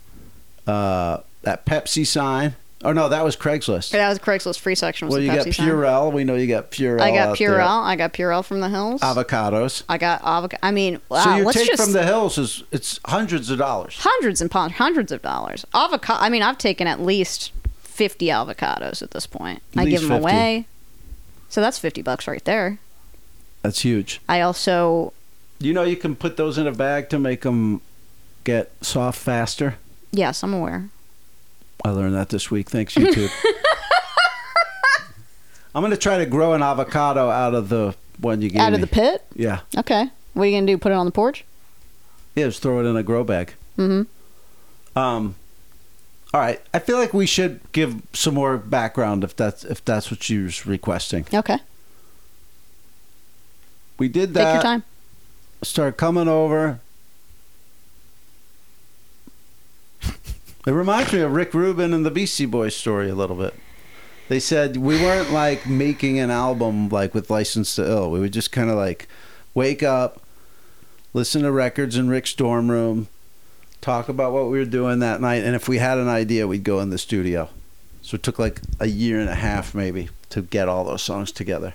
Speaker 2: uh, that Pepsi sign. Oh no, that was Craigslist.
Speaker 1: That was Craigslist free section. Was
Speaker 2: well,
Speaker 1: the
Speaker 2: you
Speaker 1: Pepsi
Speaker 2: got
Speaker 1: sign.
Speaker 2: Purell. We know you got Purell.
Speaker 1: I got
Speaker 2: out there.
Speaker 1: Purell. I got Purell from the hills.
Speaker 2: Avocados.
Speaker 1: I got avocado. I mean, wow.
Speaker 2: so your
Speaker 1: let's
Speaker 2: take
Speaker 1: just
Speaker 2: from the hills is it's hundreds of dollars.
Speaker 1: hundreds and pounds, hundreds of dollars. Avocado. I mean, I've taken at least fifty avocados at this point.
Speaker 2: At
Speaker 1: I give
Speaker 2: least
Speaker 1: them
Speaker 2: 50.
Speaker 1: away. So that's fifty bucks right there.
Speaker 2: That's huge.
Speaker 1: I also,
Speaker 2: You know you can put those in a bag to make them get soft faster.
Speaker 1: yes, I'm aware.
Speaker 2: I learned that this week. Thanks, YouTube. I'm going to try to grow an avocado out of the one you gave
Speaker 1: Out of
Speaker 2: me.
Speaker 1: the pit.
Speaker 2: Yeah.
Speaker 1: Okay. What are you gonna do? Put it on the porch?
Speaker 2: Yeah, just throw it in a grow bag.
Speaker 1: Mm-hmm.
Speaker 2: Um, all right. I feel like we should give some more background if that's if that's what you're requesting.
Speaker 1: Okay.
Speaker 2: We did that.
Speaker 1: Take your time.
Speaker 2: Start coming over. It reminds me of Rick Rubin and the Beastie Boys story a little bit. They said we weren't like making an album like with License to Ill. We would just kind of like wake up, listen to records in Rick's dorm room, talk about what we were doing that night, and if we had an idea, we'd go in the studio. So it took like a year and a half maybe to get all those songs together.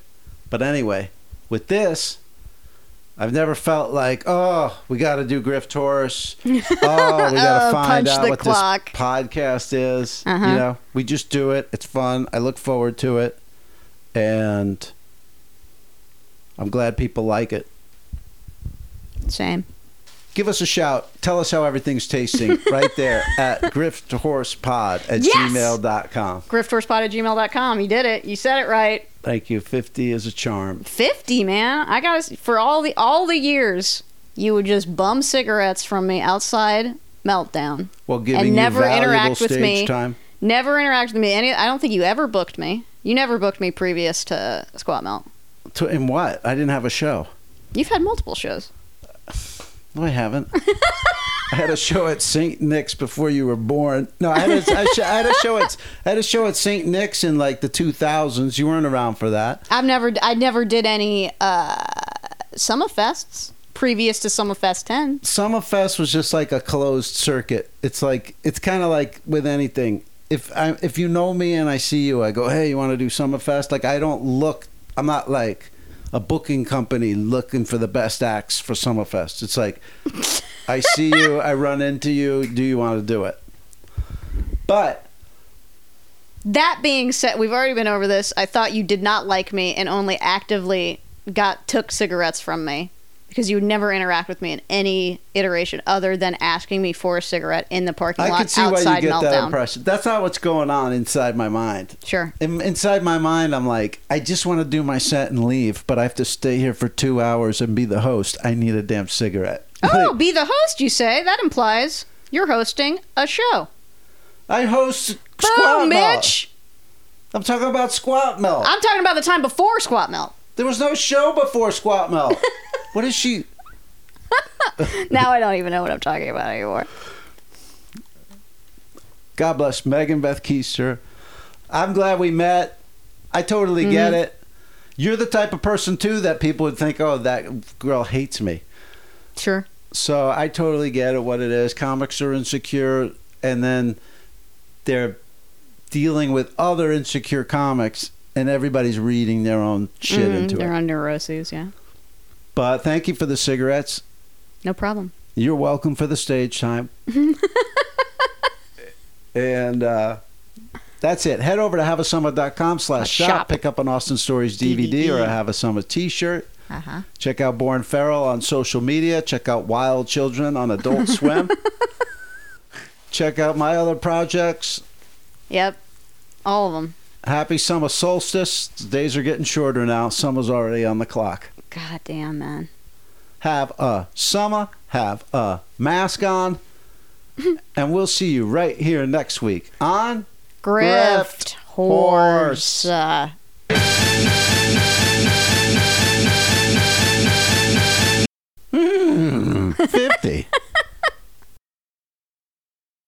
Speaker 2: But anyway, with this, I've never felt like, oh, we got to do Griff Taurus. Oh, we got to
Speaker 1: Oh, punch
Speaker 2: find out
Speaker 1: the
Speaker 2: what
Speaker 1: clock.
Speaker 2: this podcast is.
Speaker 1: Uh-huh.
Speaker 2: You know, we just do it. It's fun. I look forward to it, and I'm glad people like it.
Speaker 1: Same.
Speaker 2: Give us a shout. Tell us how everything's tasting right there at grifthorsepod at
Speaker 1: Yes!
Speaker 2: gmail.com.
Speaker 1: Griftorspot at gmail.com. You did it. You said it right.
Speaker 2: Thank you. 50 is a charm.
Speaker 1: 50 man i got for all the all the years you would just bum cigarettes from me outside meltdown
Speaker 2: Well, giving
Speaker 1: And never
Speaker 2: you valuable
Speaker 1: interact with
Speaker 2: stage
Speaker 1: me.
Speaker 2: time.
Speaker 1: never interacted with me any i don't think you ever booked me you never booked me previous to squat melt
Speaker 2: To, in what? I didn't have a show.
Speaker 1: you've had multiple shows
Speaker 2: No, I haven't. I had a show at St. Nick's before you were born. No, I had a, I sh- I had a show at I had a show at St. Nick's in like the 2000s. You weren't around for that.
Speaker 1: I've never, I never did any uh, Summerfests previous to Summerfest 10.
Speaker 2: Summerfest was just like a closed circuit. It's like it's kind of like with anything. If I if you know me and I see you, I go, "Hey, you want to do Summerfest?" Like I don't look. I'm not like a booking company looking for the best acts for Summerfest. It's like I see you, I run into you. Do you want to do it? But
Speaker 1: That being said, we've already been over this. I thought you did not like me and only actively got took cigarettes from me because you would never interact with me in any iteration other than asking me for a cigarette in the parking
Speaker 2: I
Speaker 1: lot
Speaker 2: can see why
Speaker 1: outside
Speaker 2: you get
Speaker 1: meltdown.
Speaker 2: that impression. That's not what's going on inside my mind.
Speaker 1: Sure.
Speaker 2: In, inside my mind, I'm like, I just want to do my set and leave, but I have to stay here for two hours and be the host. I need a damn cigarette.
Speaker 1: Oh,
Speaker 2: Like,
Speaker 1: be the host, you say? That implies you're hosting a show.
Speaker 2: I host Squat
Speaker 1: Boom,
Speaker 2: Melt.
Speaker 1: bitch!
Speaker 2: I'm talking about Squat Melt.
Speaker 1: I'm talking about the time before Squat Melt.
Speaker 2: There was no show before Squat Melt. what is she?
Speaker 1: Now I don't even know what I'm talking about anymore.
Speaker 2: God bless Megan Beth Keister. I'm glad we met. I totally get
Speaker 1: Mm-hmm.
Speaker 2: it. You're the type of person too that people would think, "Oh, that girl hates me."
Speaker 1: Sure.
Speaker 2: So I totally get it what it is. Comics are insecure and then they're dealing with other insecure comics and everybody's reading their own shit
Speaker 1: Mhm,
Speaker 2: into it.
Speaker 1: They're on neuroses, yeah.
Speaker 2: But thank you for the cigarettes.
Speaker 1: No problem.
Speaker 2: You're welcome for the stage time. and uh that's it. Head over to haveasummit.com slash shop.
Speaker 1: Shop.
Speaker 2: Pick up an Austin Stories DVD, or a Have a Summit t-shirt.
Speaker 1: Uh huh.
Speaker 2: Check out Born Feral on social media. Check out Wild Children on Adult Swim. Check out my other projects.
Speaker 1: Yep. All of them.
Speaker 2: Happy summer solstice. Days are getting shorter now. Summer's already on the clock.
Speaker 1: God damn, man.
Speaker 2: Have a summer. Have a mask on. and we'll see you right here next week on Grift
Speaker 1: Grift, horse.
Speaker 2: horse.
Speaker 1: Uh,
Speaker 2: Hmm, 50.